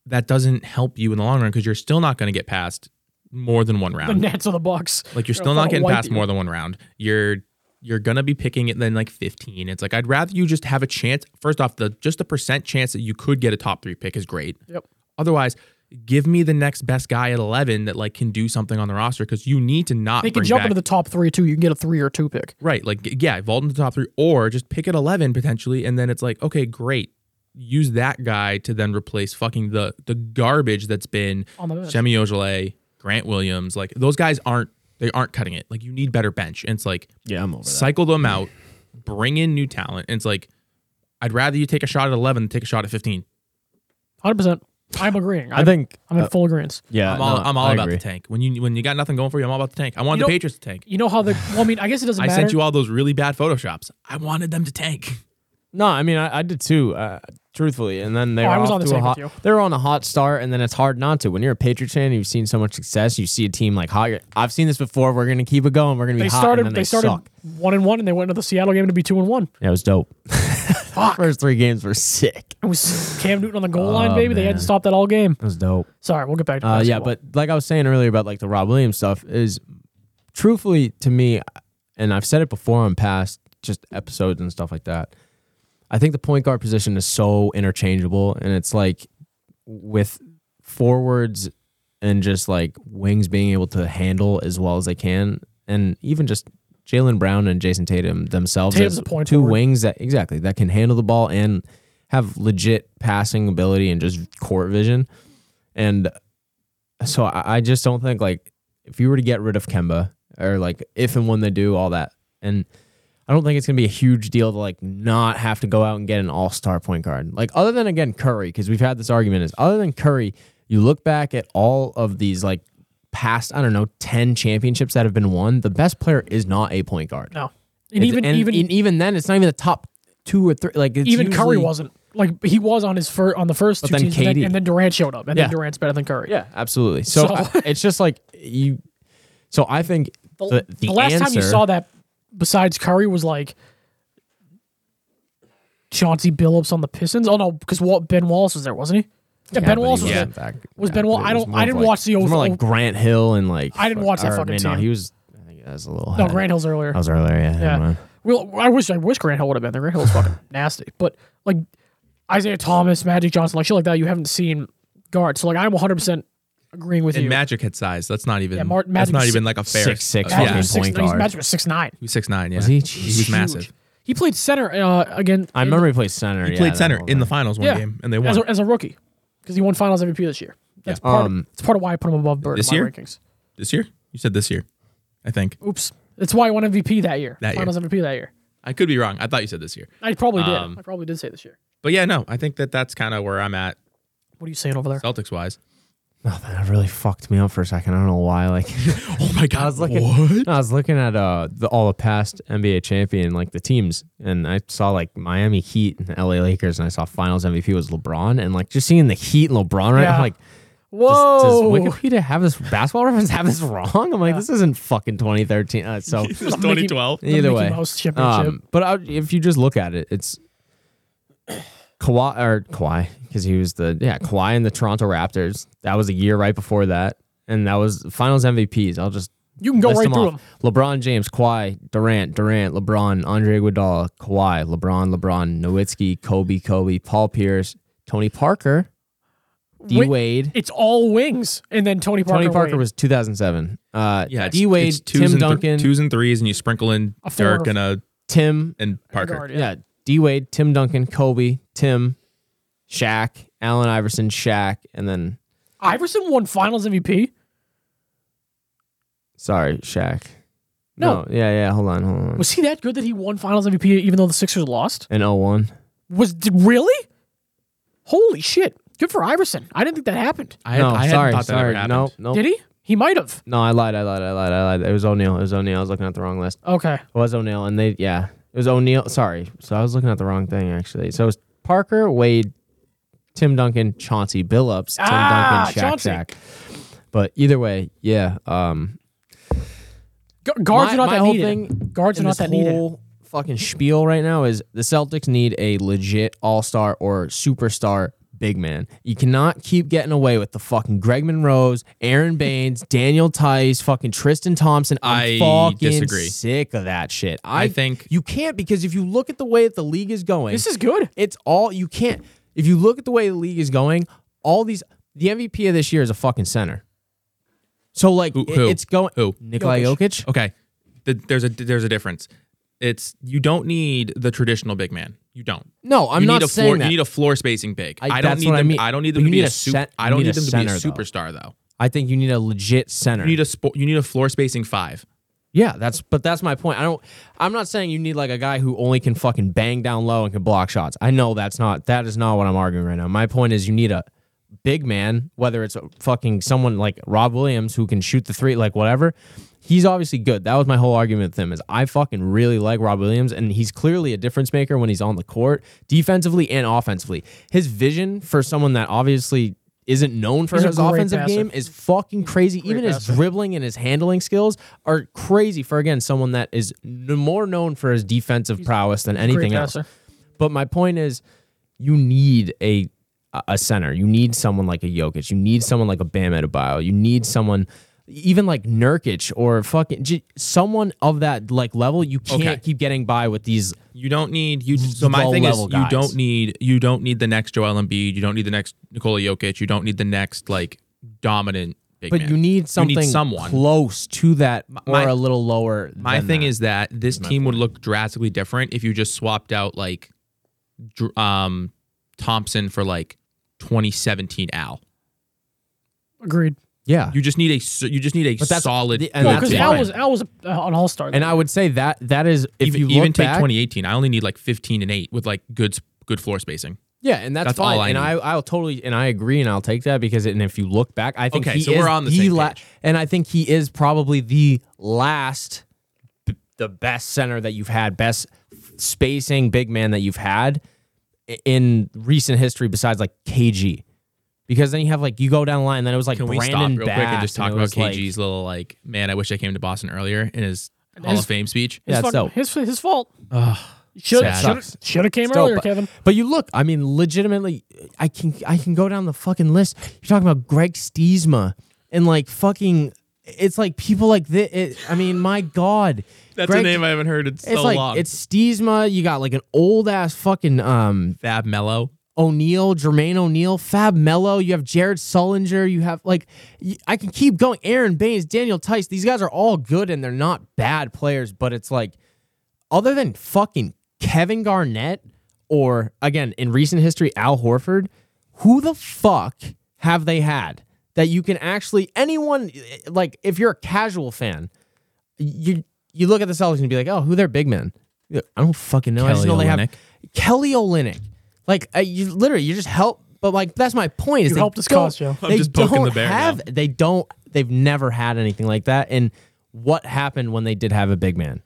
that doesn't help you in the long run because you're still not going to get past more than one the round. Nets of the Bucks. like you're they're still gonna not getting wipe past you. more than one round. You're you're gonna be picking it then like 15. It's like I'd rather you just have a chance. First off, the just the percent chance that you could get a top three pick is great. Yep. Otherwise, give me the next best guy at 11 that like can do something on the roster because you need to not. They can bring jump back- into the top three too. You can get a three or two pick. Right. Like, g- yeah, vault into the top three or just pick at 11 potentially. And then it's like, okay, great. Use that guy to then replace fucking the the garbage that's been On the bench. Shemi Ojale, Grant Williams. Like, those guys aren't, they aren't cutting it. Like, you need better bench. And it's like, Yeah, I'm over that. cycle them out, bring in new talent. And it's like, I'd rather you take a shot at 11 than take a shot at 15. Hundred percent. I'm agreeing. I think uh, I'm in full agreement. yeah, I'm all, no, I'm all I about agree. the tank. When you when you got nothing going for you, I'm all about the tank. I wanted You the know- Patriots to tank. You know how the well, I mean, I guess it doesn't I matter. sent you all those really bad photoshops. I wanted them to tank. No, I mean I, I did too, uh, truthfully. And then they Oh, were I was off on the to a same with hot. you. They were on a hot start, and then it's hard not to. When you're a Patriots fan, you've seen so much success. You see a team like hot. you're- I've seen this before. We're gonna keep it going. We're gonna be they hot. started. and then they started Suck. one and one, and they went into the Seattle game to be two and one. Yeah, it was dope. First three games were sick. It was Cam Newton on the goal line, baby. They had to stop that all game. It was dope. Sorry, we'll get back to Oh, Uh, yeah, basketball. but like I was saying earlier about like the Rob Williams stuff is, truthfully to me, and I've said it before on past just episodes and stuff like that. I think the point guard position is so interchangeable, and it's like with forwards and just like wings being able to handle as well as they can, and even just Jalen Brown and Jason Tatum themselves Tatum's as a point two forward. wings that exactly that can handle the ball and have legit passing ability and just court vision, and so I, I just don't think like if you were to get rid of Kemba or like if and when they do all that, and I don't think it's gonna be a huge deal to like not have to go out and get an All Star point guard. Like other than again Curry, because we've had this argument is other than Curry, you look back at all of these like past I don't know ten championships that have been won. The best player is not a point guard. no, and It's- even and, even and even, even then, it's not even the top two or three. Like it's Curry usually- wasn't like he was on his fir- on the first two then teams, and then, KD. and then Durant showed up, and then Yeah. Durant's better than Curry. Yeah, absolutely. So, So- I- it's just like you. So I think The, the, the, the last time you answer- saw that, besides Curry, was like Chauncey Billups on the Pistons. Oh no, because Walt, Ben Wallace was there, wasn't he? Yeah, Yeah, Ben but Wallace he was wasn't there. Yeah. back- was yeah, Ben but Wall- it I was don't- more I of didn't like- watch the it was old- More like Grant Hill and like I didn't watch that or fucking No, team. he was. I think that was a little. No, ahead. Grant Hill's earlier. That was earlier. Yeah. uh, never Yeah. mind. Well, I wish I wish Grant Hill would have been there. Grant Hill is fucking nasty. But like Isaiah Thomas, Magic Johnson, like shit like that, you haven't seen guards. So like I'm 100 percent agreeing with And you. Magic had size. That's not even. Yeah, Mar- that's Magic not was even like a fair. uh, six- six Magic fucking yeah, was six, point no, he's- guard. Magic was six nine. he was six nine. Yeah, he? he was Huge. massive. He played center uh, again. I in- remember he played center. He yeah, played that center whole in the thing. finals one Yeah. game, and they won. as a, as a rookie because he won Finals MVP this year. That's part. Um, of, that's part of why I put him above Bird This in my year? rankings. this year, you said this year, I think. Oops. That's why I won MVP that year. That year. Finals MVP that year. I could be wrong. I thought you said this year, I probably did. Um, I probably did say this year. but yeah, no. I think that that's kind of where I'm at, What are you saying over there? Celtics wise. Oh, that really fucked me up for a second. I don't know why. Like, Oh my god, I was looking. what? No, I was looking at uh the, all the past NBA champion like the teams, and I saw like Miami Heat and LA Lakers, and I saw Finals MVP was LeBron, and like just seeing the Heat and LeBron right, Yeah. I'm like, Whoa. Does, does Wikipedia have this basketball reference have this wrong? I'm like, this isn't fucking 2013. Uh, so It was 2012. The either Mickey way, Mouse championship. um, but I, if you just look at it, it's Kawhi or Kawhi because he was the yeah Kawhi and the Toronto Raptors. That was a year right before that, and that was Finals MVPs. I'll just You can go list right them through off. LeBron James, Kawhi, Durant, Durant, LeBron, Andre Iguodala, Kawhi, LeBron, LeBron, Nowitzki, Kobe, Kobe, Paul Pierce, Tony Parker, D Wait, Wade. It's all wings, and then Tony Parker. Tony Parker Wade. was 2007. Uh, Yeah, it's- D Wade, it's twos Tim and thr- Duncan, twos and threes, and you sprinkle in A four. Dirk and a Tim and Parker. Guard, Yeah. D Wade, Tim Duncan, Kobe, Tim, Shaq, Allen Iverson, Shaq, and then Iverson won Finals MVP. sorry, Shaq. No. yeah, yeah. Hold on, hold on. oh Was he that good that he won Finals MVP even though the Sixers lost? An 01. Was did- really? Holy shit! Good for Iverson. I didn't think that happened. I, no, I hadn't sorry, thought sorry. that ever no, happened. no. Did he? He might have. No, I lied, I lied, I lied, I lied. It was O'Neal. It was O'Neal. I was looking at the wrong list. Okay. It was O'Neal, and they yeah, it was O'Neal. Sorry, so I was looking at the wrong thing actually. So it was Parker, Wade, Tim Duncan, Chauncey Billups, Tim Ah, Duncan, Shaq, Chauncey. Shaq. But either way, yeah. Um, Gu- guards My- are not my that whole needed. thing guards are and not this that needed. whole fucking spiel right now is the Celtics need a legit All Star or superstar big man. You cannot keep getting away with the fucking Greg Monroe's, Aaron Baines, Daniel Tice, fucking Tristan Thompson. I'm I fucking disagree. sick of that shit. I think- you can't because if you look at the way that the league is going, This is good. it's all you can't. If you look at the way the league is going, all these the MVP of this year is a fucking center. So like Who- it- who? it's going Who? Nikolai Jokic. Jokic. Okay, Th- there's a there's a difference. It's you don't need the traditional big man. You don't. No, I'm you not need a saying floor, that. You need a floor spacing big. I- I, don't that's need what I them. mean. don't need But them to be you need a, a su- cent- I you don't need need a them to be a center, though. superstar though. I think you need a legit center. You need a spo- you need a floor spacing five. yeah, that's but that's my point. I don't. I'm not saying you need like a guy who only can fucking bang down low and can block shots. I know that's not that is not what I'm arguing right now. My point is you need a big man, whether it's a fucking someone like Rob Williams who can shoot the three, like whatever. He's obviously good. That was my whole argument with him. Is I fucking really like Rob Williams, and he's clearly a difference maker when he's on the court, defensively and offensively. His vision for someone that obviously isn't known for He's a his great offensive passer. game is fucking crazy. Even his passer. dribbling and his handling skills are crazy for again someone that is n- more known for his defensive prowess than anything Great else. passer. But my point is, you need a a center. You need someone like a Jokic. You need someone like a Bam Adebayo. You need someone even like Nurkic or fucking j- someone of that like level. You can't Okay. keep getting by with these. You don't need you. So my low thing is, level you guys. don't need you don't need the next Joel Embiid. You don't need the next Nikola Jokic. You don't need the next like dominant big But man. you need something someone. close to that or my- a little lower. My than thing that. is that this team would look drastically different if you just swapped out like Dr- um Thompson for like 2017 Al. Agreed. yeah. You just need a s- you just need a But that's- solid. the- and and No, that's because fine. Al was Al was uh, an All Star. and I would say that that is if even, you look even take back, 2018. I only need like 15 and eight with like good s- good floor spacing. Yeah, and that's, That's fine. all I and need. I I'll totally and I agree and I'll take that because it, and if you look back, I think Okay, he so is we're on the same page. and I think he is probably the last b- the best center that you've had, best spacing big man that you've had i- in recent history besides like KG. Because then you have like you go down the line and then it was like Can we Brandon stop real Bass, quick and just talk it about was, like- KG's little like man? I wish I came to Boston earlier in his Hall his- of Fame speech. his, yeah, fucking- so- his his fault. sad. Should should have came Still, earlier, but, Kevin. But you look, I mean, legitimately, I can I can go down the fucking list. You're talking about Greg Stiesma and like fucking. It's like people like this. It, I mean, my god, That's Greg- a name I haven't heard in so It's like long. it's Stiesma. You got like an old ass fucking um Fab Mello. O'Neal, Jermaine O'Neal, Fab Mello. You have Jared Sullinger. You have like y- I can keep going. Aaron Baines, Daniel Tice. These guys are all good and they're not bad players, but it's like other than fucking Kevin Garnett or again in recent history Al Horford, who the fuck have they had that you can actually anyone like if you're a casual fan, you you look at the Celtics and be like, oh, who their big men? I don't fucking know. I just Kelly know they have Olynyk. Kelly Olynyk. Like uh, you literally, you just help. But like that's my point. Is You they helped us don't- cause, Joe. I'm they just poking don't the bear now. Have, They don't. They've never had anything like that. And what happened when they did have a big man?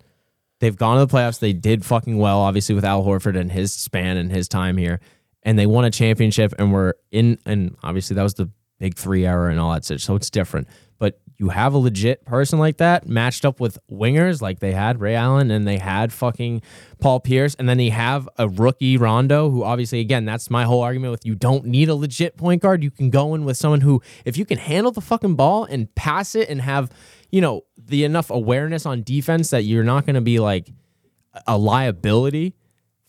They've gone to the playoffs. They did fucking well, obviously, with Al Horford and his span and his time here. And they won a championship and were in, and obviously that was the big three error and all that such. So it's different. But you have a legit person like that matched up with wingers like they had Ray Allen and they had fucking Paul Pierce. And then you have a rookie Rondo who obviously, again, that's my whole argument with you don't need a legit point guard. You can go in with someone who, if you can handle the fucking ball and pass it and have, you know, the enough awareness on defense that you're not going to be like, a liability,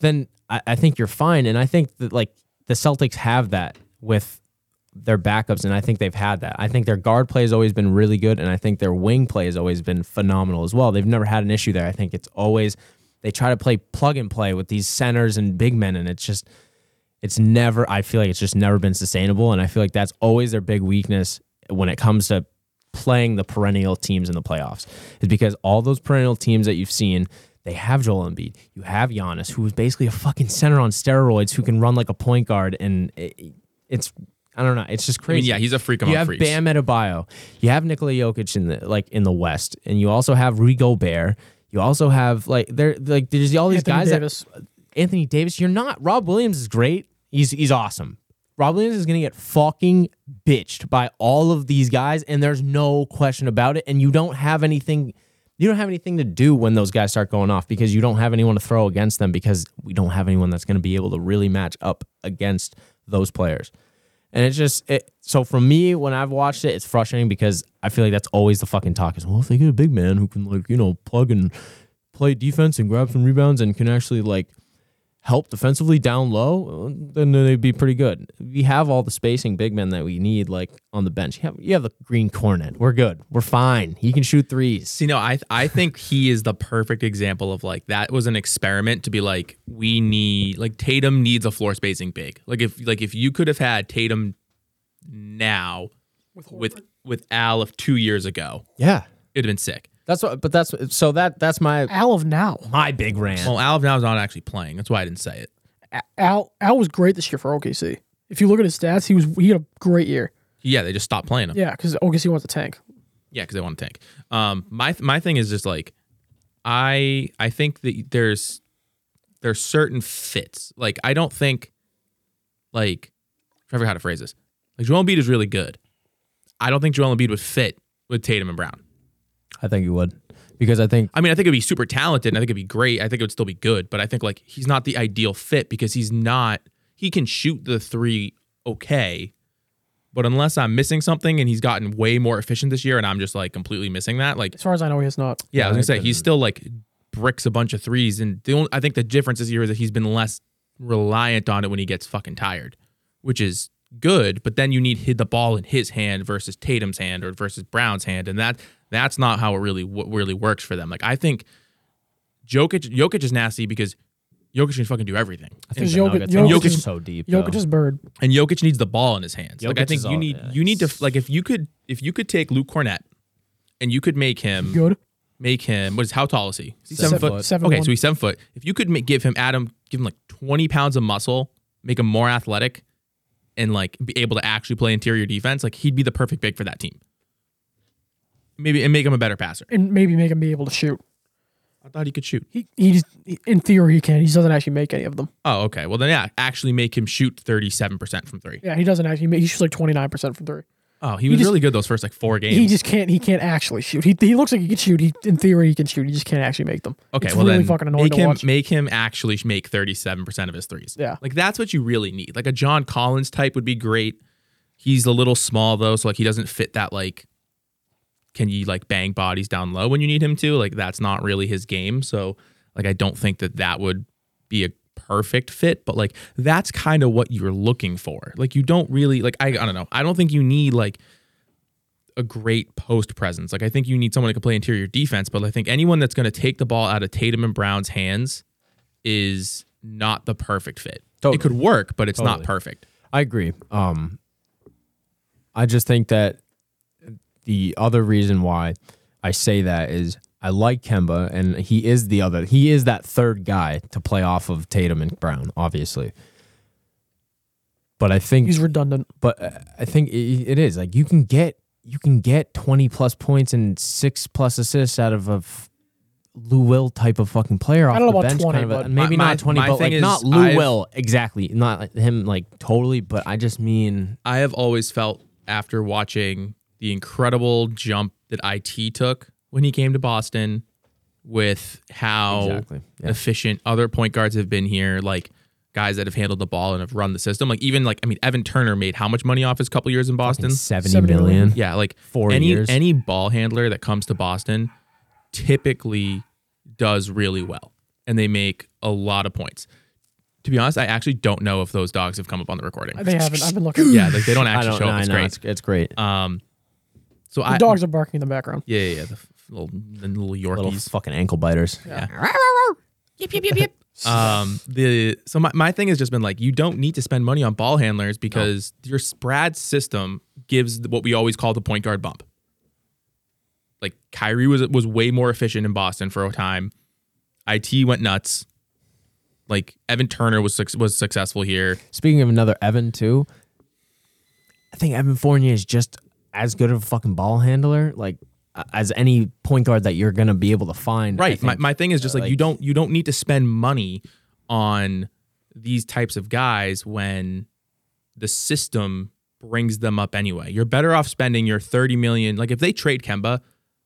then I, I think you're fine. And I think that like the Celtics have that with their backups, and I think they've had that. I think their guard play has always been really good, and I think their wing play has always been phenomenal as well. They've never had an issue there. I think it's always they try to play plug and play with these centers and big men, and it's just it's never I feel like it's just never been sustainable. And I feel like that's always their big weakness when it comes to playing the perennial teams in the playoffs. Is because all those perennial teams that you've seen, they have Joel Embiid. You have Giannis, who is basically a fucking center on steroids who can run like a point guard and it, it's I don't know. It's just I mean, crazy. yeah, he's a freak among You have freaks. Bam Adebayo. You have Nikola Jokic in the like in the West, and you also have Rigo Bear. You also have like there like there's all these Anthony guys that Davis. Anthony Davis, you're not. Rob Williams is great. He's he's awesome. Rob Williams is gonna get fucking bitched by all of these guys, and there's no question about it. And you don't have anything you don't have anything to do when those guys start going off because you don't have anyone to throw against them because we don't have anyone that's gonna be able to really match up against those players. And it's just it so for me, when I've watched it, it's frustrating because I feel like that's always the fucking talk is well if they get a big man who can like, you know, plug and play defense and grab some rebounds and can actually like help defensively down low, then they'd be pretty good. We have all the spacing big men that we need, like on the bench. You have, you have the green cornet. We're good. We're fine. He can shoot threes. See, no, I I think he is the perfect example of like that was an experiment to be like we need like Tatum needs a floor spacing big. Like if like if you could have had Tatum now with with, Al of two years ago, Yeah, it'd have been sick. that's what. But that's so that that's my Al of now. my big rant. Well, Al of now is not actually playing. That's why I didn't say it. Al Al was great this year for OKC. If you look at his stats, he was he had a great year. Yeah, they just stopped playing him. Yeah, because OKC wants a tank. Yeah, because they want to tank. Um, my my thing is just like, I I think that there's there's certain fits. Like I don't think, like, I forgot how to phrase this. Like Joel Embiid is really good. I don't think Joel Embiid would fit with Tatum and Brown. I think you would because I think I mean, I think it'd be super talented and I think it'd be great. I think it would still be good, but I think like he's not the ideal fit because he's not he can shoot the three okay. But unless I'm missing something and he's gotten way more efficient this year and I'm just like completely missing that, like As far as I know, he has not. yeah, I was I gonna say he's still like bricks a bunch of threes, and the only, I think the difference this year is that he's been less reliant on it when he gets fucking tired, which is good. But then you need hit the ball in his hand versus Tatum's hand or versus Brown's hand, and that that's not how it really what really works for them. Like I think Jokic Jokic is nasty because Jokic can fucking do everything, think the Jokic- Nuggets- Jokic- Nuggets are so deep. though. Jokic is bird. and Jokic needs the ball in his hands. like I Jokic think is you all- need yeah. you need to like if you could if you could take Luke Cornett and you could make him Good. make him what is how tall is he? Is he Seven seven, foot. foot. Seven okay, one. so he's seven foot. If you could make, give him Adam, give him like twenty pounds of muscle, make him more athletic, and like be able to actually play interior defense, like he'd be the perfect big for that team. Maybe and make him a better passer. And maybe make him be able to shoot. I thought he could shoot. He he's in theory he can. He doesn't actually make any of them. Oh, okay. Well then, yeah, actually make him shoot thirty-seven percent from three. Yeah, he doesn't actually make he shoots like twenty nine percent from three. Oh, he was just- really good those first like four games. He just can't he can't actually shoot. He, he looks like he can shoot. He in theory he can shoot. He just can't actually make them. Okay, it's well really then fucking annoying make to him watch. make him actually sh- make thirty seven percent of his threes. Yeah. like that's what you really need. Like a John Collins type would be great. He's a little small though, so like he doesn't fit that like. Can you like bang bodies down low when you need him to? Like that's not really his game. So like I don't think that that would be a perfect fit, but like that's kind of what you're looking for. Like you don't really like I I don't know. I don't think you need like a great post presence. Like I think you need someone who can play interior defense, but I think anyone that's going to take the ball out of Tatum and Brown's hands is not the perfect fit. Totally. It could work, but it's Totally. not perfect. I agree. Um, I just think that the other reason why I say that is I like Kemba, and he is the other. He is that third guy to play off of Tatum and Brown, obviously. But I think He's redundant. but uh, I think i it is like you can get you can get twenty plus points and six plus assists out of a f- Lou Will type of fucking player off don't know the about bench, 20, kind of a, but- maybe My- my- not twenty, my but like thing is not Lou I've- Will exactly, not him like totally, but I just mean I have always felt after watching the incredible jump that IT took when he came to Boston with how Exactly, yeah. efficient other point guards have been here, like guys that have handled the ball and have run the system. Like even like I mean Evan Turner made how much money off his couple years in Boston? 70 70 million. million. Yeah, like Four any years. any ball handler that comes to Boston typically does really well, and they make a lot of points. To be honest, I actually don't know if those dogs have come up on the recording. They haven't. I've been looking. yeah, like they don't I actually don't show know. up. I It's know. great. It's, it's great. Um, so The I dogs are barking in the background. yeah yeah, yeah the f- little the little Little Yorkies. fucking ankle biters. Yep, yep, yep, yep. Um, the so my, my thing has just been like you don't need to spend money on ball handlers because your Sprad system gives what we always call the point guard bump. Like Kyrie was was way more efficient in Boston for a time. It went nuts. Like Evan Turner was suc- was successful here. Speaking of another Evan too, I think Evan Fournier is just as good of a fucking ball handler, like a- as any point guard that you're gonna be able to find. I Right. My, think. Uh, my thing is just like, you like- don't you don't need to spend money on these types of guys when the system brings them up anyway. You're better off spending your 30 million like if they trade Kemba,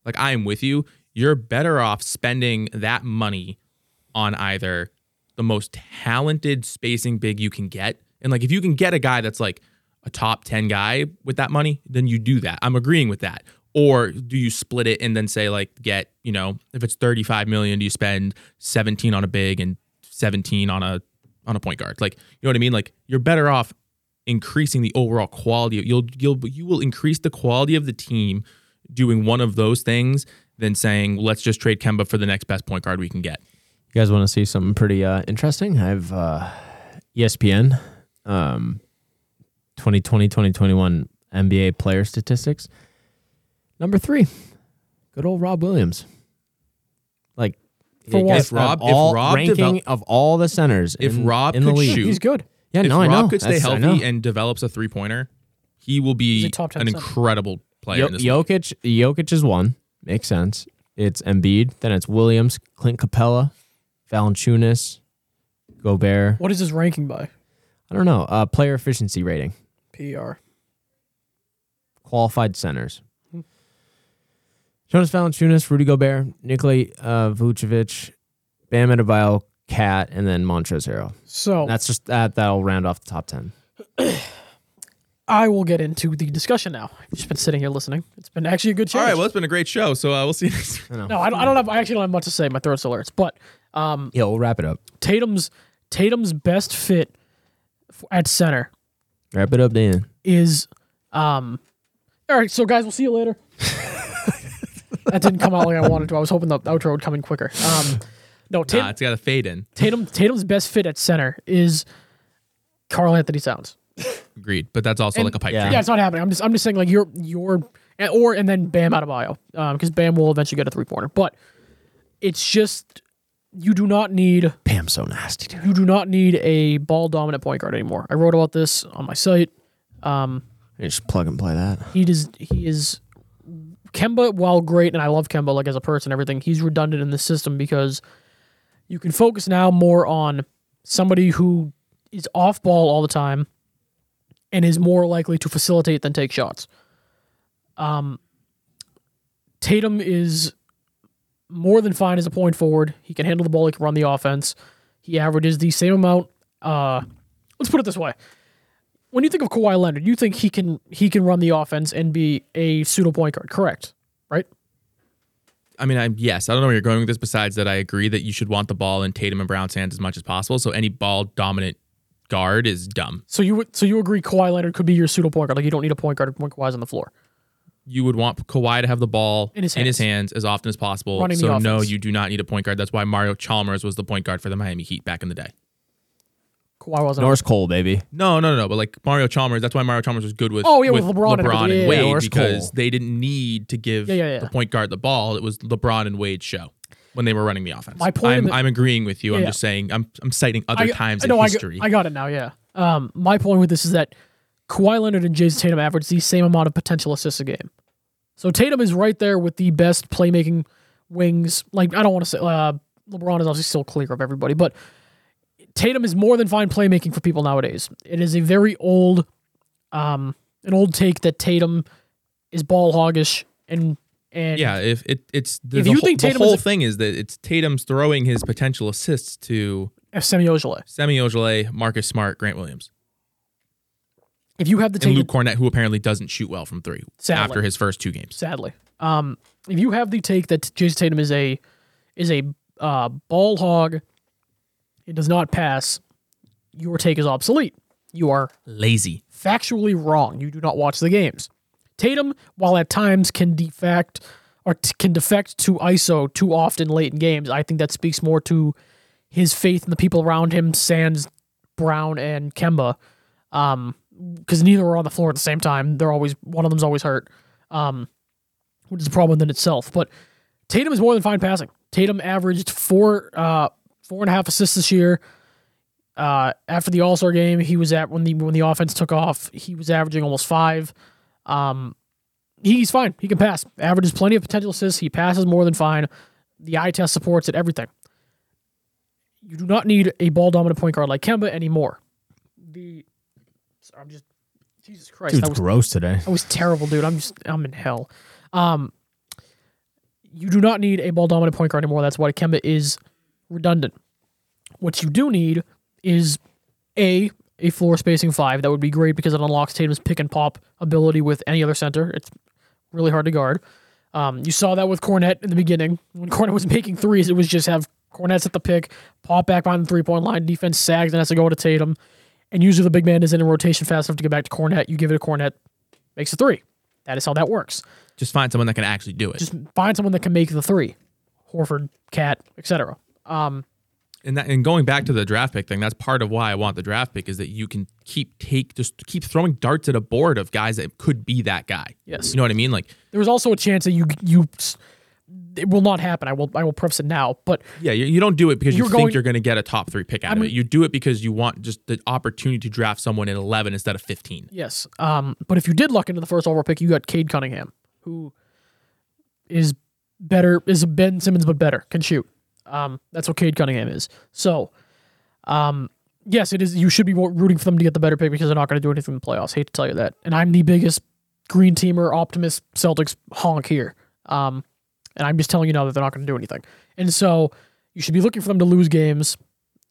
like I am with you, you're better off spending that money on either the most talented spacing big you can get and like if you can get a guy that's like a top 10 guy with that money, then you do that. I'm agreeing with that. Or do you split it and then say like get, you know, if it's 35 million, do you spend 17 on a big and 17 on a on a point guard? Like, you know what I mean? Like you're better off increasing the overall quality. of- You'll you'll you will increase the quality of the team doing one of those things than saying let's just trade Kemba for the next best point guard we can get. You guys want to see something pretty uh, interesting? I have uh, ESPN um, 2020 2021 NBA player statistics. Number three, good old Rob Williams. Like, For I what? guess If Rob- of if all, Rob ranking develop- of all the centers, If in- Rob in the could league. shoot, He's good. yeah, if no, I Rob know. could stay That's- I know. healthy and develops a three pointer, he will be He's a top 10 an center. incredible player. Yo- in this league. Jokic, Jokic is one. Makes sense. It's Embiid. Then it's Williams, Clint Capella, Valanciunas, Gobert. What is his ranking by? E I don't know. Uh, player efficiency rating, PR. qualified centers. Jonas Valanciunas, Rudy Gobert, Nikola uh, Vucevic, Bam Adebayo, Cat, and then Montrezl Harrell. So That's just that. That'll round off the top ten. I will get into the discussion now. I've just been sitting here listening. It's been actually a good All change. right, well, it's been a great show. So uh, we'll see you next. no, I don't, I don't have. I actually don't have much to say. My throat still hurts. But um, Yeah, we'll wrap it up. Tatum's Tatum's best fit f- at center Wrap it up, Dan. is um. All right, so guys, we'll see you later. that didn't come out like I wanted to. I was hoping the outro would come in quicker. Um, no, Tatum, Nah, it's got to fade in. Tatum Tatum's best fit at center is Carl Anthony Towns. Agreed, but that's also like a pipe yeah. dream. Yeah, it's not happening. I'm just I'm just saying like you're you're and- or and then Bam Adebayo because Bam will eventually get a three pointer. But it's just you do not need Bam, so nasty. Dude. you do not need a ball dominant point guard anymore. I wrote about this on my site. Just plug and play that. He does he is Kemba while great and I love Kemba like as a person and everything. He's redundant in the system because you can focus now more on somebody who is off ball all the time and is more likely to facilitate than take shots. Um, Tatum is more than fine as a point forward. He can handle the ball. He can run the offense. He averages the same amount. Uh, let's put it this way: when you think of Kawhi Leonard, you think he can he can run the offense and be a pseudo point guard, correct? Right? I mean, I'm yes. I don't know where you're going with this. Besides that, I agree that you should want the ball in Tatum and Brown's hands as much as possible. So any ball dominant guard is dumb. So you would so you agree Kawhi Leonard could be your pseudo point guard? Like you don't need a point guard when Kawhi's on the floor. You would want Kawhi to have the ball In his hands as often as possible. Running the so no, offense. you do not need a point guard. That's why Mario Chalmers was the point guard for the Miami Heat back in the day. Kawhi wasn't. Norris Cole, baby. No, no, no, no. But like Mario Chalmers, that's why Mario Chalmers was good with Oh, yeah, with LeBron and everything. and, Yeah, yeah, Wade yeah. Norris because Cole. they didn't need to give Yeah, yeah, yeah. the point guard the ball. It was LeBron and Wade's show when they were running the offense. My point I'm, of it- I'm agreeing with you. I'm Yeah. just saying I'm I'm citing other I- times no, in I, got- history. I got it now. Yeah. Um, my point with this is that Kawhi Leonard and Jason Tatum average the same amount of potential assists a game. So Tatum is right there with the best playmaking wings. Like I don't want to say uh, LeBron is obviously still clear of everybody, but Tatum is more than fine playmaking for people nowadays. It is a very old um, an old take that Tatum is ball hoggish and and Yeah, if it it's the, If the you whole, think the Tatum is whole a- thing is that it's Tatum's throwing his potential assists to Semi Ojale. Semi Ojeley, Marcus Smart, Grant Williams, If you have the and Tatum Luke Cornett, who apparently doesn't shoot well from three Sadly. after his first two games. sadly. Um, if you have the take that Jason Tatum is a is a uh, ball hog, it does not pass. Your take is obsolete. You are Lazy. factually wrong. You do not watch the games. Tatum, while at times can defect or t- can defect to ISO too often late in games, I think that speaks more to his faith in the people around him, Sands, Brown, and Kemba, because neither are on the floor at the same time. They're always one of them's always hurt, um, which is a problem in itself. But Tatum is more than fine passing. Tatum averaged four uh, four and a half assists this year. Uh, after the All Star game, he was at when the when the offense took off, he was averaging almost five. Um, he's fine. He can pass. Averages plenty of potential assists. He passes more than fine. The eye test supports it. Everything. You do not need a ball dominant point guard like Kemba anymore. The sorry, I'm just Jesus Christ. Dude's that was gross today. I was terrible, dude. I'm just I'm in hell. Um, you do not need a ball dominant point guard anymore. That's why Kemba is redundant. What you do need is a a floor spacing five. That would be great because it unlocks Tatum's pick and pop ability with any other center. It's really hard to guard. Um, you saw that with Cornette in the beginning. When Cornette was making threes, it was just have Cornette's at the pick, pop back behind the three point line, defense sags and has to go to Tatum. And usually the big man is in a rotation fast enough to get back to Cornette. You give it to Cornette, makes a three. That is how that works. Just find someone that can actually do it. Just find someone that can make the three. Horford, Cat, etc. Um, and that, and going back to the draft pick thing, that's part of why I want the draft pick is that you can keep take just keep throwing darts at a board of guys that could be that guy. Yes. you know what I mean. Like, there was also a chance that you you it will not happen. I will I will preface it now, but yeah, you, you don't do it because You're you think going- you're going to get a top three pick out of it. You do it because you want just the opportunity to draft someone at 11 instead of 15. yes. Um, but if you did luck into the first overall pick, you got Cade Cunningham, who is better is Ben Simmons but better can shoot. Um, that's what Cade Cunningham is. So, um, yes, it is. You should be rooting for them to get the better pick because they're not going to do anything in the playoffs. Hate to tell you that, and I'm the biggest green teamer optimist Celtics honk here. Um, and I'm just telling you now that they're not going to do anything. And so you should be looking for them to lose games.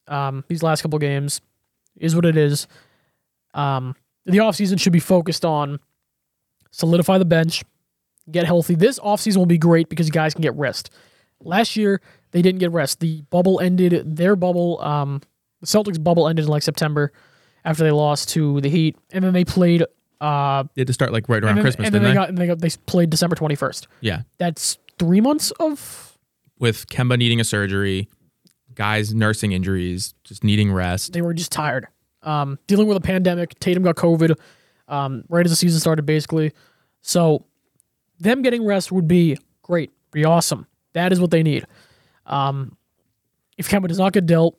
Um, these last couple games is what it is. Um, the offseason should be focused on solidify the bench, get healthy. This offseason will be great because guys can get rest. Last year, they didn't get rest. The bubble ended, their bubble, um, the Celtics bubble ended in like September after they lost to the Heat. And then they played, uh, They had to start like right around and then, Christmas, and then didn't they they? got, and they got, they played December 21st. yeah, That's three months of, with Kemba needing a surgery, guys nursing injuries, just needing rest. they were just tired. Um, dealing with a pandemic, Tatum got COVID, um, right as the season started, basically. So them getting rest would be great, be awesome. That is what they need. Um, if Kemba does not get dealt,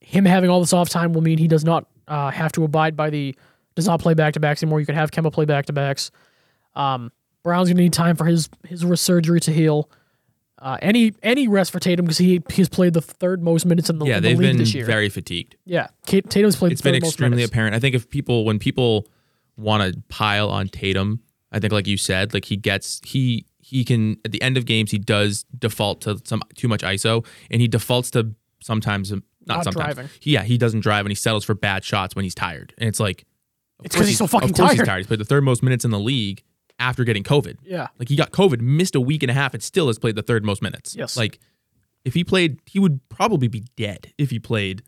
him having all this off time will mean he does not uh, have to abide by the does not play back to backs anymore. You can have Kemba play back to backs. Um, Brown's gonna need time for his his wrist surgery to heal. Uh, any any rest for Tatum because he he's played the third most minutes in the, Yeah, in the they've league been this year. very fatigued. Yeah, Kate, Tatum's played. It's been third most extremely minutes. apparent. I think if people when people want to pile on Tatum, I think like you said, like he gets he he can at the end of games he does default to some too much ISO and he defaults to sometimes not, Not sometimes. driving. Yeah, he doesn't drive and he settles for bad shots when he's tired. And it's like of It's course 'cause he's so fucking of course He's tired. tired. He's played the third most minutes in the league after getting COVID. Yeah. Like he got COVID, missed a week and a half, and still has played the third most minutes. Yes. Like if he played, he would probably be dead if he played.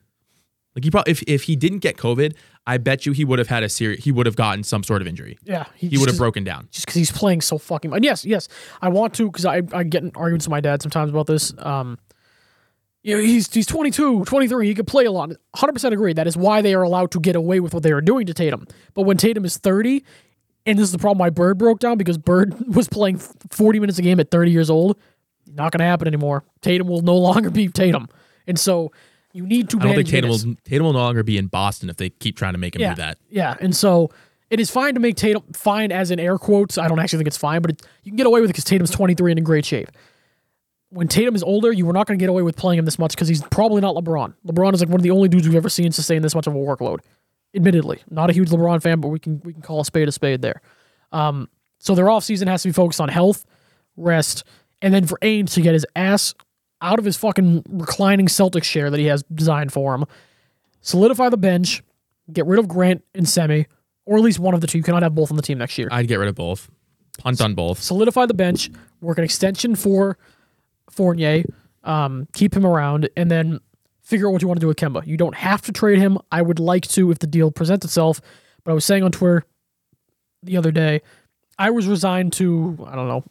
Like he probably if, if he didn't get COVID, I bet you he would have had a serious he would have gotten some sort of injury. Yeah, He would have broken. broken down. just because he's playing so fucking. And yes, yes, I want to because I, I get in arguments with my dad sometimes about this. Um, you know, he's he's 22, 23. He could play a lot. 100% agree. That is why they are allowed to get away with what they are doing to Tatum. But when Tatum is 30, and this is the problem why Bird broke down because Bird was playing 40 minutes a game at 30 years old. Not going to happen anymore. Tatum will no longer be Tatum, and so you need to. I don't think manage Tatum minutes. will Tatum will no longer be in Boston if they keep trying to make him do that. Yeah, and so it is fine to make Tatum fine as in air quotes. I don't actually think it's fine, but it, you can get away with it because Tatum's 23 and in great shape. When Tatum is older, you were not going to get away with playing him this much because he's probably not LeBron. LeBron is like one of the only dudes we've ever seen sustain this much of a workload. admittedly. Not a huge LeBron fan, but we can we can call a spade a spade there. Um, so their offseason has to be focused on health, rest, and then for Ainge to get his ass out of his fucking reclining Celtic chair that he has designed for him, solidify the bench, get rid of Grant and Semi, or at least one of the two. You cannot have both on the team next year. I'd get rid of both. Punt on both. Solidify the bench, work an extension for Fournier, um, keep him around, and then figure out what you want to do with Kemba. You don't have to trade him. I would like to if the deal presents itself, but I was saying on Twitter the other day, I was resigned to I don't know,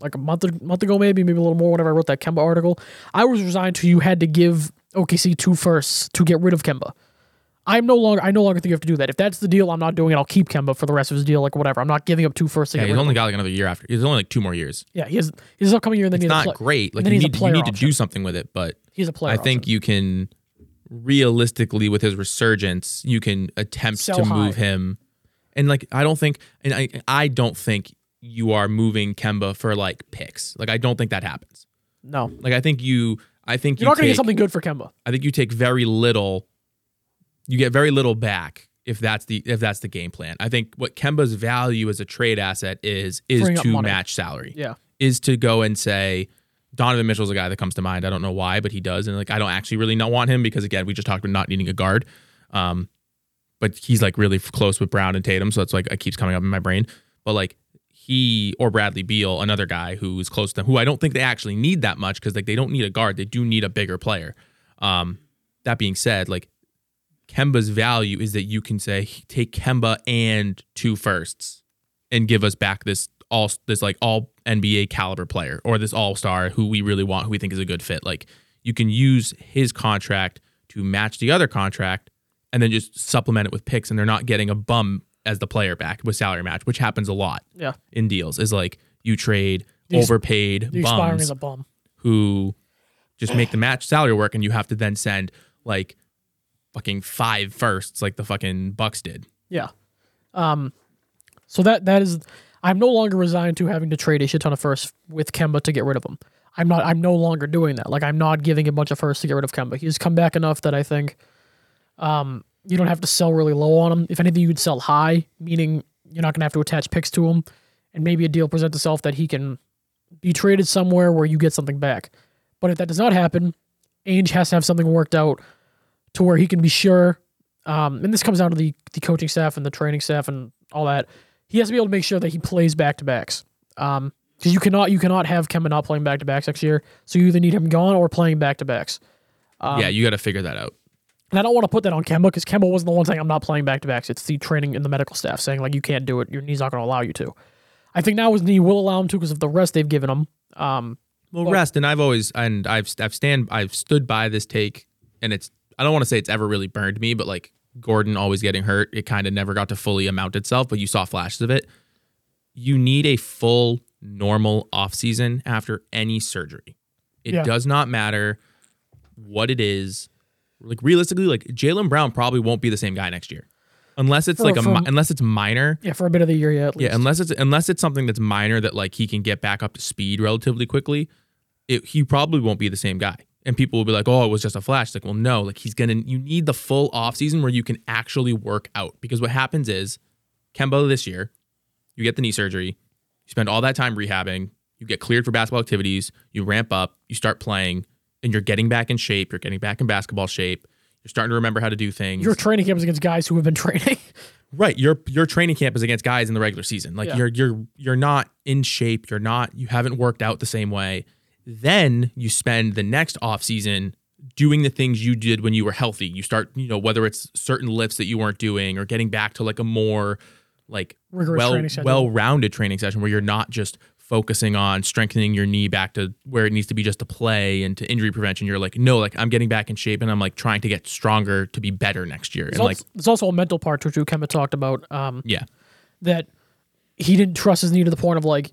like a month month ago maybe, maybe a little more. Whenever I wrote that Kemba article, I was resigned to you had to give OKC two firsts to get rid of Kemba. I'm no longer I no longer think you have to do that. If that's the deal, I'm not doing it. I'll keep Kemba for the rest of his deal, like whatever. I'm not giving up two firsts to Yeah, get he's rid of only got like another year after. He's only like two more years. yeah, he has his upcoming year, and then It's he's not a pla- great. Like then you he's a need, you player need to option. do something with it, but He's a player. I think you can realistically with his resurgence, you can attempt Sell to move high. him. And like I don't think and I I don't think you are moving Kemba for like picks. Like I don't think that happens. option. no, Like I think you I think you're not going to take- get something good for Kemba. I think you take very little. You get very little back if that's the if that's the game plan. I think what Kemba's value as a trade asset is is Freeing up to money. match salary. Yeah, Is to go and say Donovan Mitchell's a guy that comes to mind. I don't know why, but he does. And like I don't actually really not want him because again, we just talked about not needing a guard. Um, but he's like really f- close with Brown and Tatum, so that's like it keeps coming up in my brain. But like he or Bradley Beal, another guy who is close to them, who I don't think they actually need that much because like they don't need a guard, they do need a bigger player. Um, that being said, like Kemba's value is that you can say take Kemba and two firsts and give us back this all this like all NBA caliber player or this all star who we really want, who we think is a good fit. Like you can use his contract to match the other contract and then just supplement it with picks, and they're not getting a bum as the player back with salary match, which happens a lot yeah. in deals. Is like you trade The ex- overpaid The expiring bums is a bum. who just make the match salary work and you have to then send like fucking five firsts like the fucking Bucks did. Yeah. Um. So that that is, I'm no longer resigned to having to trade a shit ton of firsts with Kemba to get rid of him. I'm not. I'm no longer doing that. Like I'm not giving a bunch of firsts to get rid of Kemba. He's come back enough that I think, um, you don't have to sell really low on him. If anything, you could sell high, meaning you're not gonna have to attach picks to him, and maybe a deal presents itself that he can be traded somewhere where you get something back. But if that does not happen, Ainge has to have something worked out to where he can be sure. Um, and this comes down to the the coaching staff and the training staff and all that. He has to be able to make sure that he plays back to backs. Um, because you cannot you cannot have Kemba not playing back to backs next year. So you either need him gone or playing back to backs. Um, yeah, you got to figure that out. And I don't want to put that on Kemba because Kemba wasn't the one saying I'm not playing back to backs. It's the training and the medical staff saying like you can't do it. Your knee's not going to allow you to. I think now his knee will allow him to because of the rest they've given him. Um, Well, rest and I've always and I've I've stand I've stood by this take and it's I don't want to say it's ever really burned me, but like Gordon always getting hurt, it kind of never got to fully amount itself, but you saw flashes of it. You need a full normal offseason after any surgery. It Yeah. does not matter what it is. Like realistically, like Jalen Brown probably won't be the same guy next year. Unless it's For- like a for- mi- unless it's minor. yeah, for a bit of the year, yeah, at least. Yeah, unless it's unless it's something that's minor that like he can get back up to speed relatively quickly, it, he probably won't be the same guy. And people will be like, "Oh, it was just a flash." It's like, well, no, like he's gonna. You need the full off season where you can actually work out because what happens is, Kemba this year, you get the knee surgery, you spend all that time rehabbing, you get cleared for basketball activities, you ramp up, you start playing, and you're getting back in shape. You're getting back in basketball shape. You're starting to remember how to do things. Your training camp is against guys who have been training. Right. Your your training camp is against guys in the regular season. Like Yeah. you're you're you're not in shape, you're not you haven't worked out the same way. Then you spend the next off season doing the things you did when you were healthy. You start, you know, whether it's certain lifts that you weren't doing or getting back to like a more like Rigorous well training schedule. well-rounded training session where you're not just focusing on strengthening your knee back to where it needs to be just to play and to injury prevention. You're like, "No, like I'm getting back in shape and I'm like trying to get stronger to be better next year." There's and like also, there's also a mental part too. too, Kemba talked about um, yeah. that he didn't trust his knee to the point of like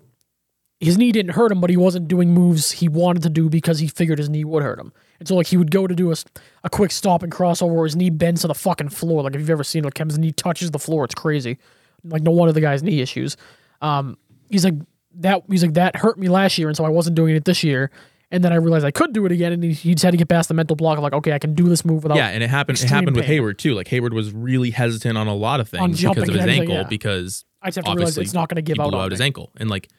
his knee didn't hurt him, but he wasn't doing moves he wanted to do because he figured his knee would hurt him. And so like he would go to do a, s- a quick stop and crossover where his knee bends to the fucking floor. Like if you've ever seen like Kemba's knee touches the floor, it's crazy. Like no wonder the guy's knee issues. Um, he's like that. He's like that hurt me last year, and so I wasn't doing it this year. And then I realized I could do it again, and he, he just had to get past the mental block of like, okay, I can do this move without. Yeah, and it happened. It extreme happened with pain. Hayward too. Like Hayward was really hesitant on a lot of On things jumping because of his and everything, ankle. yeah. Because I just have to realize obviously it's not going to give he out. blew on out his me. ankle, and like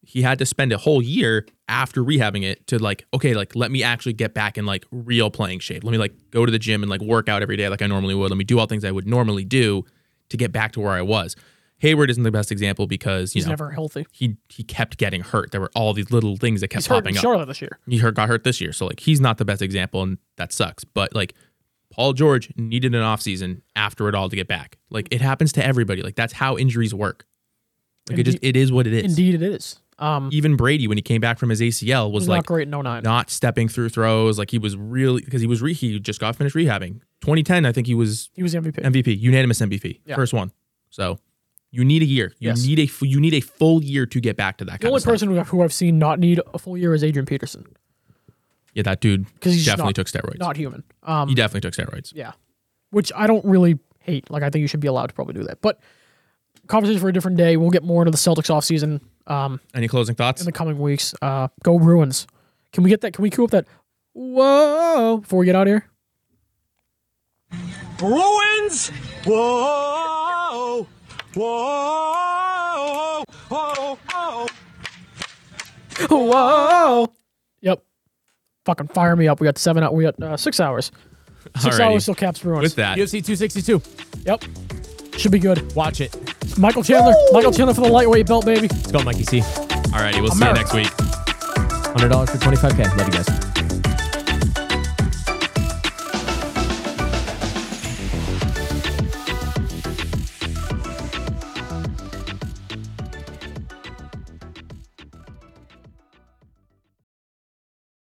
he had to spend a whole year after rehabbing it to like okay, like let me actually get back in like real playing shape. Let me like go to the gym and like work out every day like I normally would. Let me do all things I would normally do to get back to where I was. Hayward isn't the best example because you He's know never healthy. he he kept getting hurt. There were all these little things that kept He's hurt in popping up Charlotte this year. he hurt, got hurt this year. So like he's not the best example and that sucks. But like Paul George needed an offseason after it all to get back. Like it happens to everybody. Like that's how injuries work. Like it just it is what it is. Indeed, it is. Um, Even Brady when he came back from his ACL was was like not great in 09. not stepping through throws. Like he was really because he was re- he just got finished rehabbing. 2010, I think he was He was the MVP. MVP, unanimous MVP, Yeah. first one. So you need a year. You Yes. need a f- you need a full year to get back to that. the Kind only of stuff. person who I've- who I've seen not need a full year is Adrian Peterson. yeah, that dude 'Cause he's just definitely not- took steroids. Not human. Um, he definitely took steroids. Yeah. Which I don't really hate. Like, I think you should be allowed to probably do that. But conversation for a different day. We'll get more into the Celtics offseason um, Any closing thoughts? in the coming weeks. Uh, go Bruins. Can we get that? Can we cue up that? Whoa! Before we get out of here. Bruins! Whoa! Oh, Whoa! Whoa! Whoa! Whoa! Yep. Fucking fire me up. We got seven out. We got uh, six hours. Six Alrighty. hours till Caps Bruins. With that, UFC 262. Yep. Should be good. Watch it. Michael Chandler. Michael Chandler for the lightweight belt, baby. Let's go, Mikey C. Alrighty, we'll see you America. next week. $100 for 25K. Love you guys.